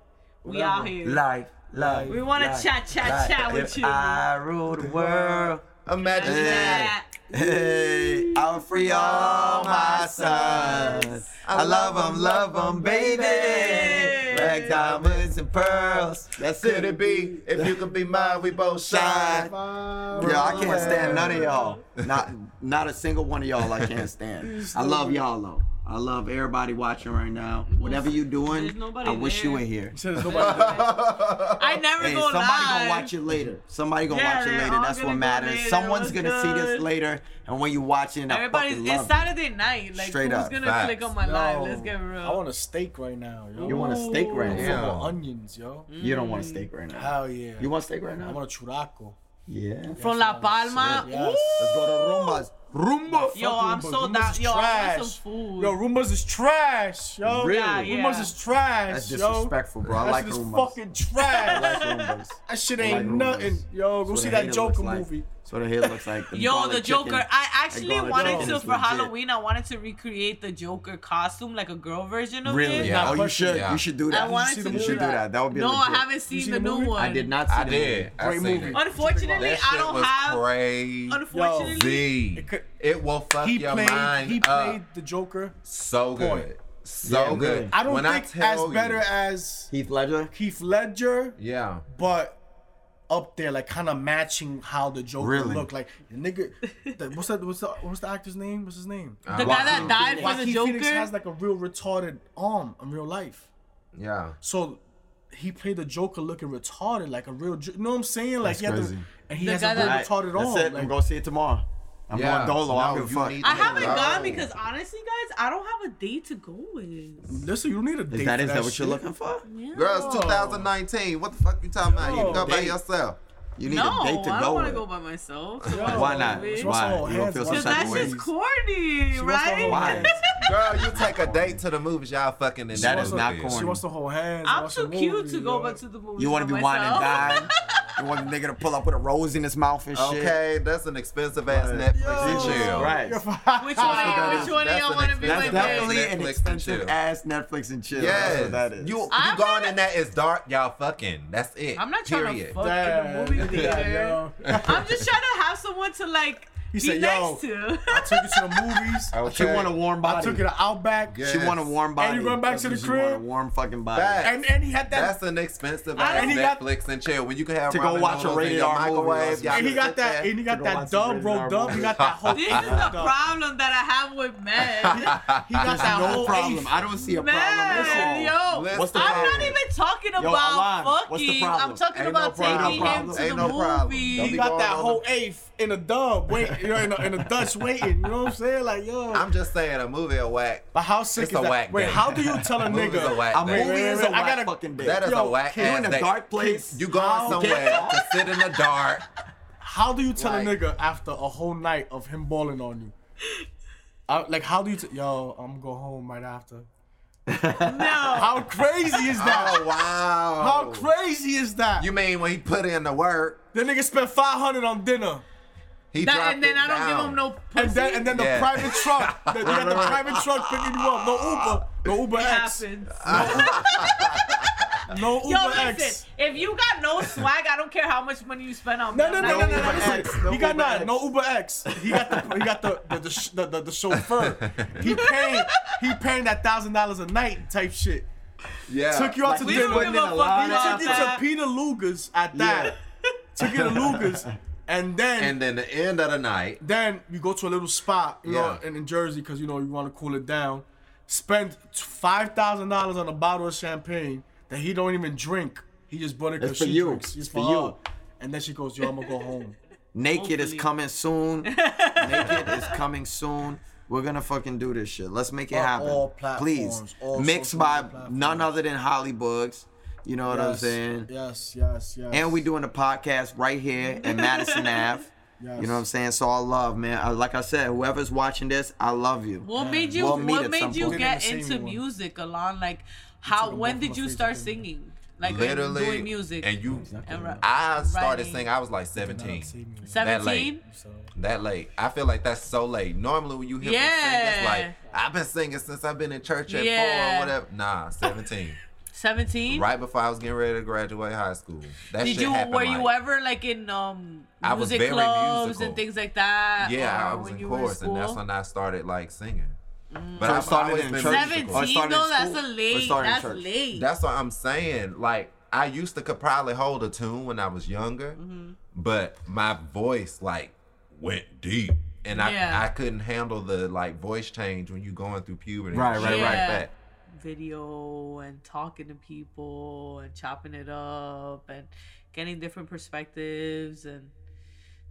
we out whatever. here. Life, love. We wanna life, chat, chat, life. chat with If you. I rule the world. Imagine Yeah. that. Yeah. Hey, I'll free all my sons. I love them, love them, baby. Like diamonds and pearls. That's Could it be? If you could be mine, we both Shine. shine. Yo, I can't stand none of y'all. Not not a single one of y'all I can't stand. I love y'all though. I love everybody watching right now. Whatever you There's doing, nobody I wish there. you were here. Says nobody does. I never Hey, go somebody live. gonna watch it later. Somebody gonna Yeah, watch it they're later. all That's gonna what go matters. later. Someone's What's gonna see this good? later, and when you watch it, I Everybody's fucking it's love it. Saturday night. Like Straight who's up. gonna Facts. click on my Yo, live? Let's get real. I want a steak right now. Yo. You want a steak right I'm now? Yeah. Mm. full of onions, yo. Mm-hmm. You don't want a steak right now. Hell yeah. You want steak right I now? want a churaco. Yeah. From La Palma. Yes. Let's go to Rumbas. Rumbas. Yo, Fuck I'm Roombas. so Roombas down. is Yo, I trash. want some food. Yo, rumors is trash, yo. Really? Yeah, yeah. Rumors is trash, That's yo. disrespectful, bro. I That like shit is Rumbas. fucking trash. I like Rumbas. That shit I like ain't Rumbas. nothing. Yo, go That's see what a that head Joker looks like. movie. That's what a head looks like. The Yo, garlic the Joker. chicken. I actually garlic wanted chicken to is for legit. Halloween. I wanted to recreate the Joker costume, like a girl version of it. Really? Yeah. Oh, you Nah, should. yeah. You should do I that. wanted you to should do do that. that. That would be no, legit. I haven't seen, seen the, the new movie? one. I did not see I the did. I Great seen movie. it. Unfortunately, That I shit don't was have. crazy. Unfortunately, Z. It could- It will fuck He your played, mind he uh, up. played the Joker. so Point. good. So Yeah, good. good. I don't When think as tell you- better as Heath Ledger. Keith Ledger, Yeah. but up there, like kind of matching how the Joker Really? looked. Like the nigga, the, what's that? What's the what's the actor's name? What's his name? the guy that Joaquin died for the Joaquin Joker. Phoenix has like a real retarded arm in real life. Yeah. So he played the Joker looking retarded, like a real. Jo- You know what I'm saying? Like That's he had the, crazy. and he The has guy a real that- That's retarded arm. it. like- I'm going to see it tomorrow. I'm going Yeah. Dolo. I No, don't give you a fuck. need I to haven't go. gone because honestly, guys, I don't have a date to go with. Listen, you don't need a date. Is that for is that what shit. you're looking for? Yeah. Girl, it's 2019. What the fuck you talking about? You can Yo. go by Date. yourself. You need no, a date to I go don't want to with. go by myself. Why not? Because wants to Why? hold You don't hands, feel wants some type to that's of hold way? just ways. corny, She wants to right? hold Why? hands. Girl, you take a date to the movies. Y'all fucking in That the is movie. not She corny. wants to hold hands. I'm watch too the cute movie, to go yo. back to the movies. You want want to be wine whining and dine. You want the nigga to pull up with a rose in his mouth and shit. Okay, that's an expensive ass Right. Netflix Yo. and chill. Right. Which Which that one? is. Which one do That's y'all an want to be That's expense. like definitely that? Netflix and an chill. expensive ass Netflix and chill. That's Yes. what that is. You, you I'm going not- in that is dark, y'all fucking. That's it. I'm not trying Period. to fuck in the Damn, movie yeah, theater. yo. I'm just trying to have someone to like be said, "Yo, next to. I took you to the movies. she Okay. want a warm body. I took you to Outback. Yeah. She want a warm body. And you run back That's to the what she want, crib? a warm fucking body. Back. And and he had that. That's an expensive I- ass And he got- Netflix and chill. When you can have To go ramen watch a noodles in rated your R movie or microwave, something. y'all and he can got sit that. there. And he got Go that watch some dub Rated rolled R up. He movies. got that whole. This is uh, the problem that I have with men. He got that no whole problem. eighth. I don't see a problem Man, at all. yo, Listen, What's the I'm problem? not even talking about Alon, what's the fucking. I'm problem? talking Ain't no about problem. taking him Ain't no to the problem. movie. Don't He be got going that on whole the- eighth in a dub, wait, you know, in a, in a Dutch waiting. You know what I'm saying? Like, yo, I'm just saying, a movie a whack. but how sick it's is a that? whack wait, day. how do you tell a Movie's nigga? a whack A day. wait, movie wait, is wait, a I whack gotta- fucking dick. That is Yo, a whack can you ass in a day. dark place? You going How- somewhere to sit in the dark. How do you tell a Like- nigga after a whole night of him balling on you? I, like, how do you? T- yo, I'm gonna go home right after. No. How crazy is that? Oh wow! How crazy is that? You mean when he put in the work, the nigga spent 500 on dinner. he That, dropped and then it I don't down. give him no pussy. And then, and then the Yeah. private truck. The, you got the private truck picking you up. No Uber. No Uber it X. happens. No Uber Yo, X. listen. If you got no swag, I don't care how much money you spend on me. No, no, I'm no, not no, no, gonna- no. Uber Listen, X, no he got Uber not X. no Uber X. He got the he got the the the, sh- the, the, the chauffeur. He paying he paying that thousand dollars a night type shit. Yeah. Took you out Like, to We He dinner. don't put give a in a fuck lot about Took you to that. Peter Luger's at that. Took you to Luger's, and then And then the end of the night, then you go to a little spot, you know, Yeah. in, in Jersey because you know you want to cool it down. Spend five thousand dollars on a bottle of champagne that he don't even drink. He just bought it because It's for she you. drinks. It's for, for you. her. And then she goes, "Yo, I'm gonna go home." Naked is Hopefully. coming soon. Naked is coming soon. We're gonna fucking do this shit. Let's make it On happen. all platforms, Please. all Mixed social by media none platforms. other than Holly Bugs. You know what I'm saying? Yes, yes, yes. And we doing a podcast right here in Madison Ave. You know what I'm saying? So I love, man. I, like I said, whoever's watching this, I love you. What made you? We'll meet what at made some you point. get Didn't even into sing one. music, Alon? Like, how? a When walk did my you face start up. singing? Like, and literally, doing music. and you, And ra- I started writing. singing. I was like 17. that Seventeen. late. That late. I feel like that's so late. Normally, when you hear me sing, it's Yeah. like I've been singing since I've been in church at Yeah. four or whatever. Nah, 17. Seventeen. right before I was getting ready to graduate high school. That Did shit you? happened. Were like, you ever like in um I was music very clubs musical. and things like that? Yeah, or I was in you were chorus, and that's school? Mm. when I started like singing. So But it I've started always in been church? musical. Or it Seventeen. started in No, that's school? a Or it late. started in That's church? late. That's what I'm saying. Like I used to could probably hold a tune when I was younger, Mm-hmm. but my voice like went deep, and I Yeah. I couldn't handle the like voice change when you going through puberty. and Right, shit right, like right. that. video and talking to people and chopping it up and getting different perspectives and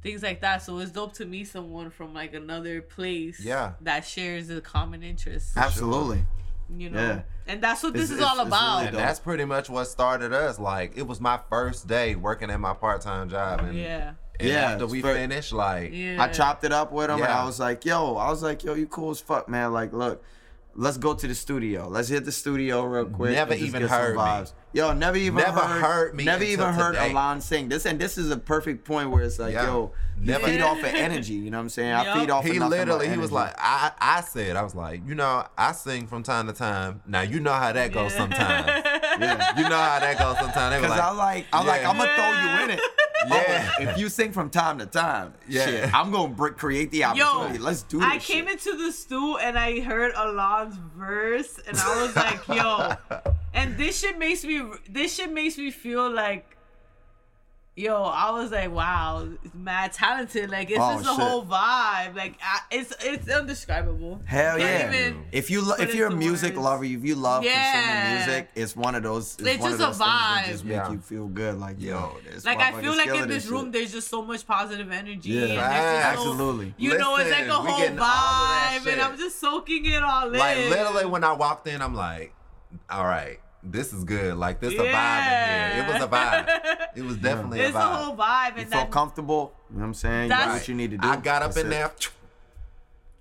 things like that. So it's dope to meet someone from like another place Yeah. that shares a common interest. Absolutely. You know? Yeah. And that's what this is It's- it's- all it's about. really And that's pretty much what started us. Like it was my first day working at my part time job, and yeah. And Yeah, after it's we very- finish, like Yeah. I chopped it up with him, and Yeah. I was like, "Yo," I was like, "Yo, you cool as fuck, man." Like, look, let's go to the studio. Let's hit the studio real quick. Never and just even get some heard me. vibes. Yo, never even Never heard, heard me Never until even heard today. Alon sing this, and this is a perfect point where it's like, Yeah. yo, you Never- feed off of energy. You know what I'm saying? Yup. I feed off. of he nothing but literally he was energy. like I I said I was like you know I sing from time to time. Now you know how that goes sometimes. Yeah. You know how that goes sometimes. They were Cause I like, I'm like, Yeah. I'm gonna throw you in it. Yeah. Oh, if you sing from time to time, Yeah. shit, I'm gonna br- create the Yo, opportunity. Let's do this. I came shit. into the stool and I heard Alon's verse, and I was like, "Yo!" And this shit makes me. This shit makes me feel like, yo, I was like, "Wow, it's mad talented." Like it's Oh, just the shit. whole vibe. Like I, it's it's undescribable. Hell Can't yeah! even- if you lo- put if you're a into music words. lover, if you love Yeah. consuming music, it's one of those. It's, It's one just of a those things that just vibe. make Yeah. you feel good. Like yo, this Like I feel motherfucker's like in killing this room, shit. there's just so much positive energy. Yeah. and there's Facts. just so- Absolutely. You know, it's like Listen, a we whole getting all of that vibe, and shit. I'm just soaking it all in. like literally when I walked in, I'm like, all right, this is good. Like this a vibe in here. It was a vibe. It was definitely it's a a vibe. whole vibe, you and feel that comfortable. You know what I'm saying? You do That's- what you need to do. I got up That's in it. there.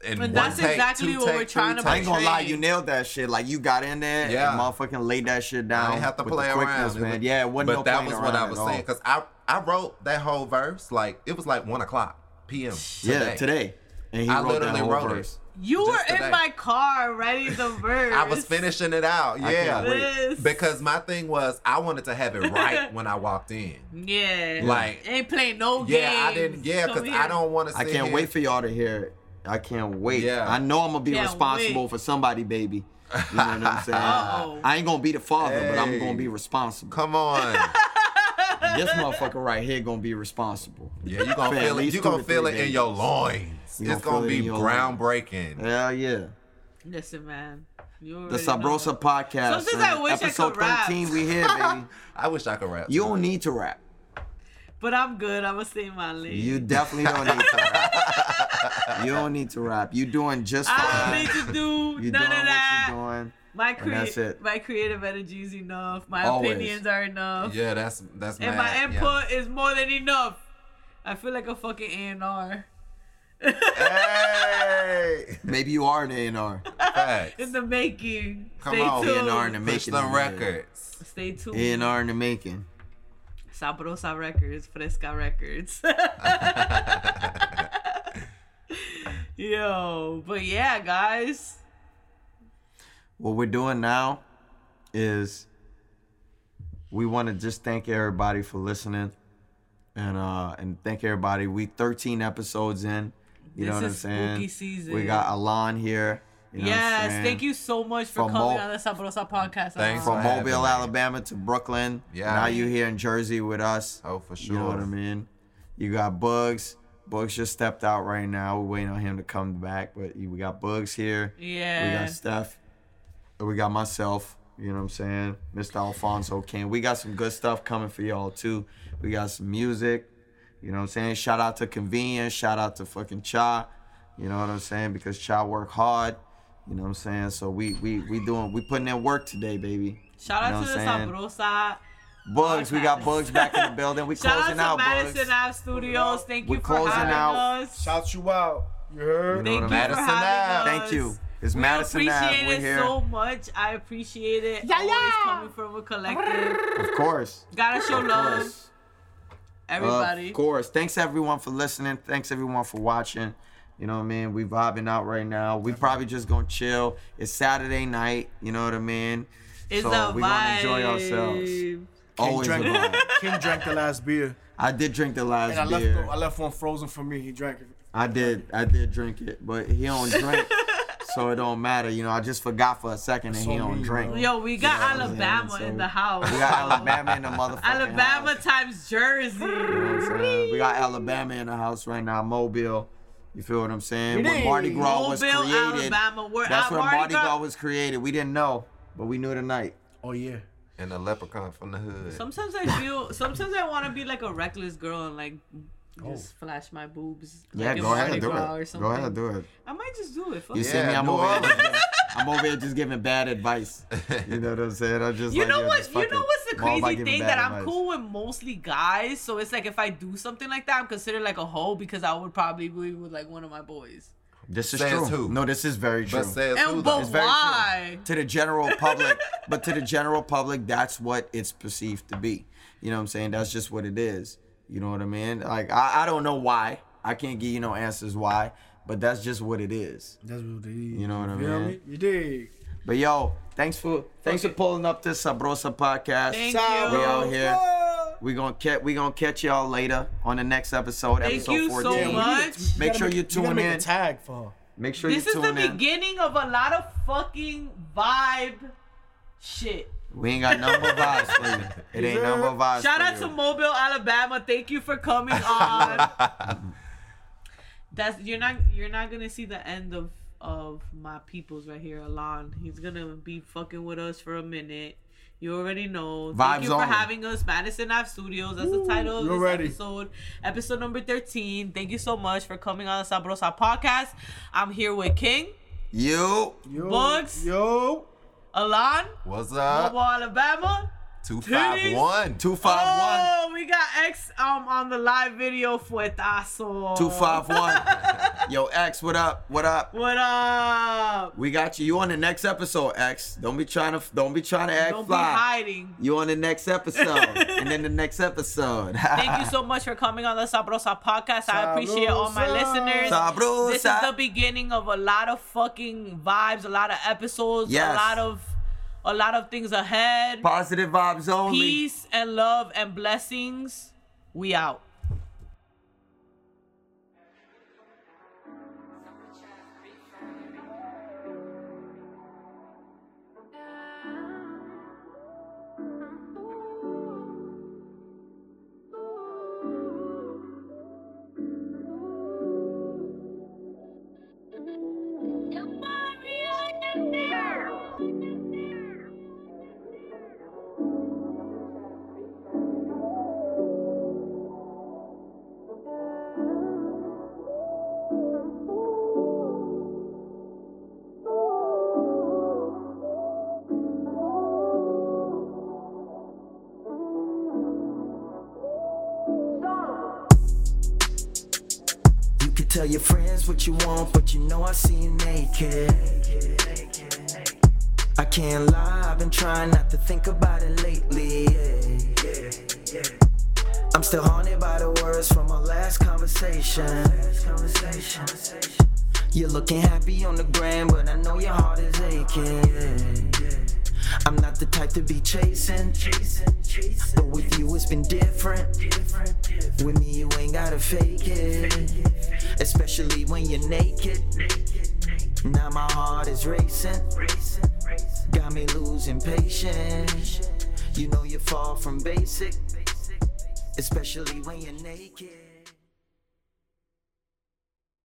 And, And one that's take, exactly two what take, we're three trying to take. I ain't gonna lie, Train. you nailed that shit. Like you got in there, Yeah. and motherfucking laid that shit down. I didn't have to with the play quickness, around, It man. was- yeah, it wasn't but no that playing was what around I at was all. saying because I I wrote that whole verse like it was like one o'clock p.m. Yeah, today. And he I wrote that literally whole wrote it. verse. you were just in today. my car writing the verse. I was finishing it out. I can't Yeah. wait. This. Because my thing was I wanted to have it right when I walked in. Yeah. Like- ain't playing no games. Yeah, I didn't. Yeah, because Come I here. don't want to. I can't wait for y'all to hear it. I can't wait. Yeah. I know I'm gonna be Can't responsible wait. for somebody, baby. You know what I'm saying? Uh-oh. I ain't gonna be the father, but I'm Hey. gonna be responsible. Come on. this motherfucker right here gonna be responsible. Yeah, you gonna For at feel it. least You two gonna to feel three it in days. your loins. You gonna it's gonna feel it be in your loins. Eh. groundbreaking. Hell yeah. Listen, man. You The already know. Sabrosa podcast. Sometimes man. I wish I could Episode rap. 13, we here, baby. I wish I could rap. You don't need to rap. But I'm good. I'm gonna stay in my lane. You definitely don't need to rap. You don't need to rap. You doing just fine. I don't need to do you none doing of that. what you doing. My and that's crea- it. my creative energy is enough. My Always. opinions are enough. Yeah, that's that's and my mad. Yeah. input is more than enough. I feel like a fucking A and R Hey, Maybe you are an A&R. facts. in the making. Come Stay on, tuned. A&R in the Push making them it, man. records. Stay tuned. A&R in the making. Sabrosa Records, Fresca Records. Yo, but yeah, guys. what we're doing now is we want to just thank everybody for listening and uh and thank everybody we 13 episodes in you This know what is i'm saying spooky season. we got alon here you know what I'm yes, saying? thank you so much for From coming Mo- on the Sabrosa podcast. Thanks Alon. from for having mobile me. alabama to brooklyn Yeah. now you here in jersey with us Oh, for sure. you know what i mean you got bugs bugs just stepped out right now we're waiting on him to come back but we got bugs here We Yeah. got Steph. We got myself. You know what I'm saying? Mr. Alfonso King. We got some good stuff coming for y'all too. We got some music. You know what I'm saying? Shout out to Convenience. Shout out to fucking Cha. You know what I'm saying? Because Cha work hard. You know what I'm saying? So we we we doing we putting in work today, baby. Shout You know out to what the I'm saying? Sabrosa. Bugs. We got podcast. Bugs back in the building. We Shout out closing to out, Madison Bugs. Ave Studios. Thank We're you for closing having out. us. Shout you out. You heard? You know Thank what you I'm for Madison having Ave. us. Thank you. It's We Madison Ave. appreciate We're it here. so much. I appreciate it. Yeah, Always yeah. coming from a collective. Of course. Gotta show Of love, course. everybody. Of course. Thanks everyone for listening. Thanks everyone for watching. You know what I mean? We vibing out right now. We probably just gonna chill. It's Saturday night. You know what I mean? It's so a vibe. we gonna enjoy ourselves. King Always. a drank, vibe. King drank the last beer. I did drink the And I last left, beer. I left one frozen for me. He drank it. I did. I did drink it, but he don't drink, so it don't matter. You know, I just forgot for a second that So he don't mean, drink. bro. We Yo, we got what I'm saying? Alabama So- in the house. got Alabama in the motherfucking Alabama house. times Jersey. You know what I'm saying? We got Alabama in the house right now, Mobile. You feel what I'm saying? When Hey. Mardi Gras was Mobile, created, Alabama. Where that's uh, where Mardi Mardi Gras- Gras was created. We didn't know, but we knew tonight. Oh, yeah. And a leprechaun from the hood. Sometimes I feel. Sometimes I want to be like a reckless girl and like just flash my boobs. Yeah, like in go ahead Mardi and do Gras or it. Go something. ahead and do it. I might just do it. Fuck You it. see me? I'm New over here. Orleans. just- I'm over here just giving bad advice. You know what I'm saying? I'm just You like, know yo, what? just You fucking- know what's the Why am I crazy giving thing bad that I'm advice? cool with mostly guys. So it's like if I do something like that, I'm considered like a hoe because I would probably be with like one of my boys. This is true. Says who? No, this is very true. But says who And though? but It's very true. why? to the general public, but to the general public, that's what it's perceived to be. You know what I'm saying? That's just what it is. You know what I mean? Like I, I don't know why. I can't give you no answers why, but that's just what it is. That's what they You know what I You know what I mean? mean? You dig. But yo, thanks for thanks for pulling up this Sabrosa podcast. Thank We out you. here. We gonna catch we gonna catch y'all later on the next episode, Thank episode you 14. so Yeah, we much. need to- Make gotta sure you you gotta tune make in. a tag for her. Make sure This you is tune the in. beginning of a lot of fucking vibe shit. We ain't got number vibes for you. It ain't number vibes. Shout for out you. to Mobile, Alabama. Thank you for coming on. That's you're not you're not gonna see the end of of my peoples right here, Alon. He's gonna be fucking with us for a minute. You already know. Thank Vibes you for only. having us, Madison Ave Studios. That's the title of you this ready. episode, episode number thirteen. Thank you so much for coming on the Sabrosa podcast. I'm here with King, you. Yo, Bugs? Yo. Alon, What's Mobile, up? Uh, Alabama. Two five one. Two five Oh, one. we got X um on the live video fuetazo. Two five one. Yo, X, what up? What up? What up? We got you. You on the next episode, X. Don't be trying to. Don't be trying to act Don't fly. be hiding. You on the next episode, and then the next episode. Thank you so much for coming on the Sabrosa podcast. I appreciate all my Sabrosa. listeners. Sabrosa. This is the beginning of a lot of fucking vibes, a lot of episodes, Yes. a lot of a lot of things ahead. Positive vibes only. Peace and love and blessings. We out. You can tell your friends what you want, but you know I see you naked. I can't lie, I've been trying not to think about it lately. yeah, yeah. I'm still haunted by the words from our last conversation. You're looking happy on the gram, but I know your heart is aching. I'm not the type to be chasing, but with you it's been different. With me, you ain't gotta fake it, especially when you're naked. Now my heart is racing, got me losing patience. You know you're far from basic, especially when you're naked.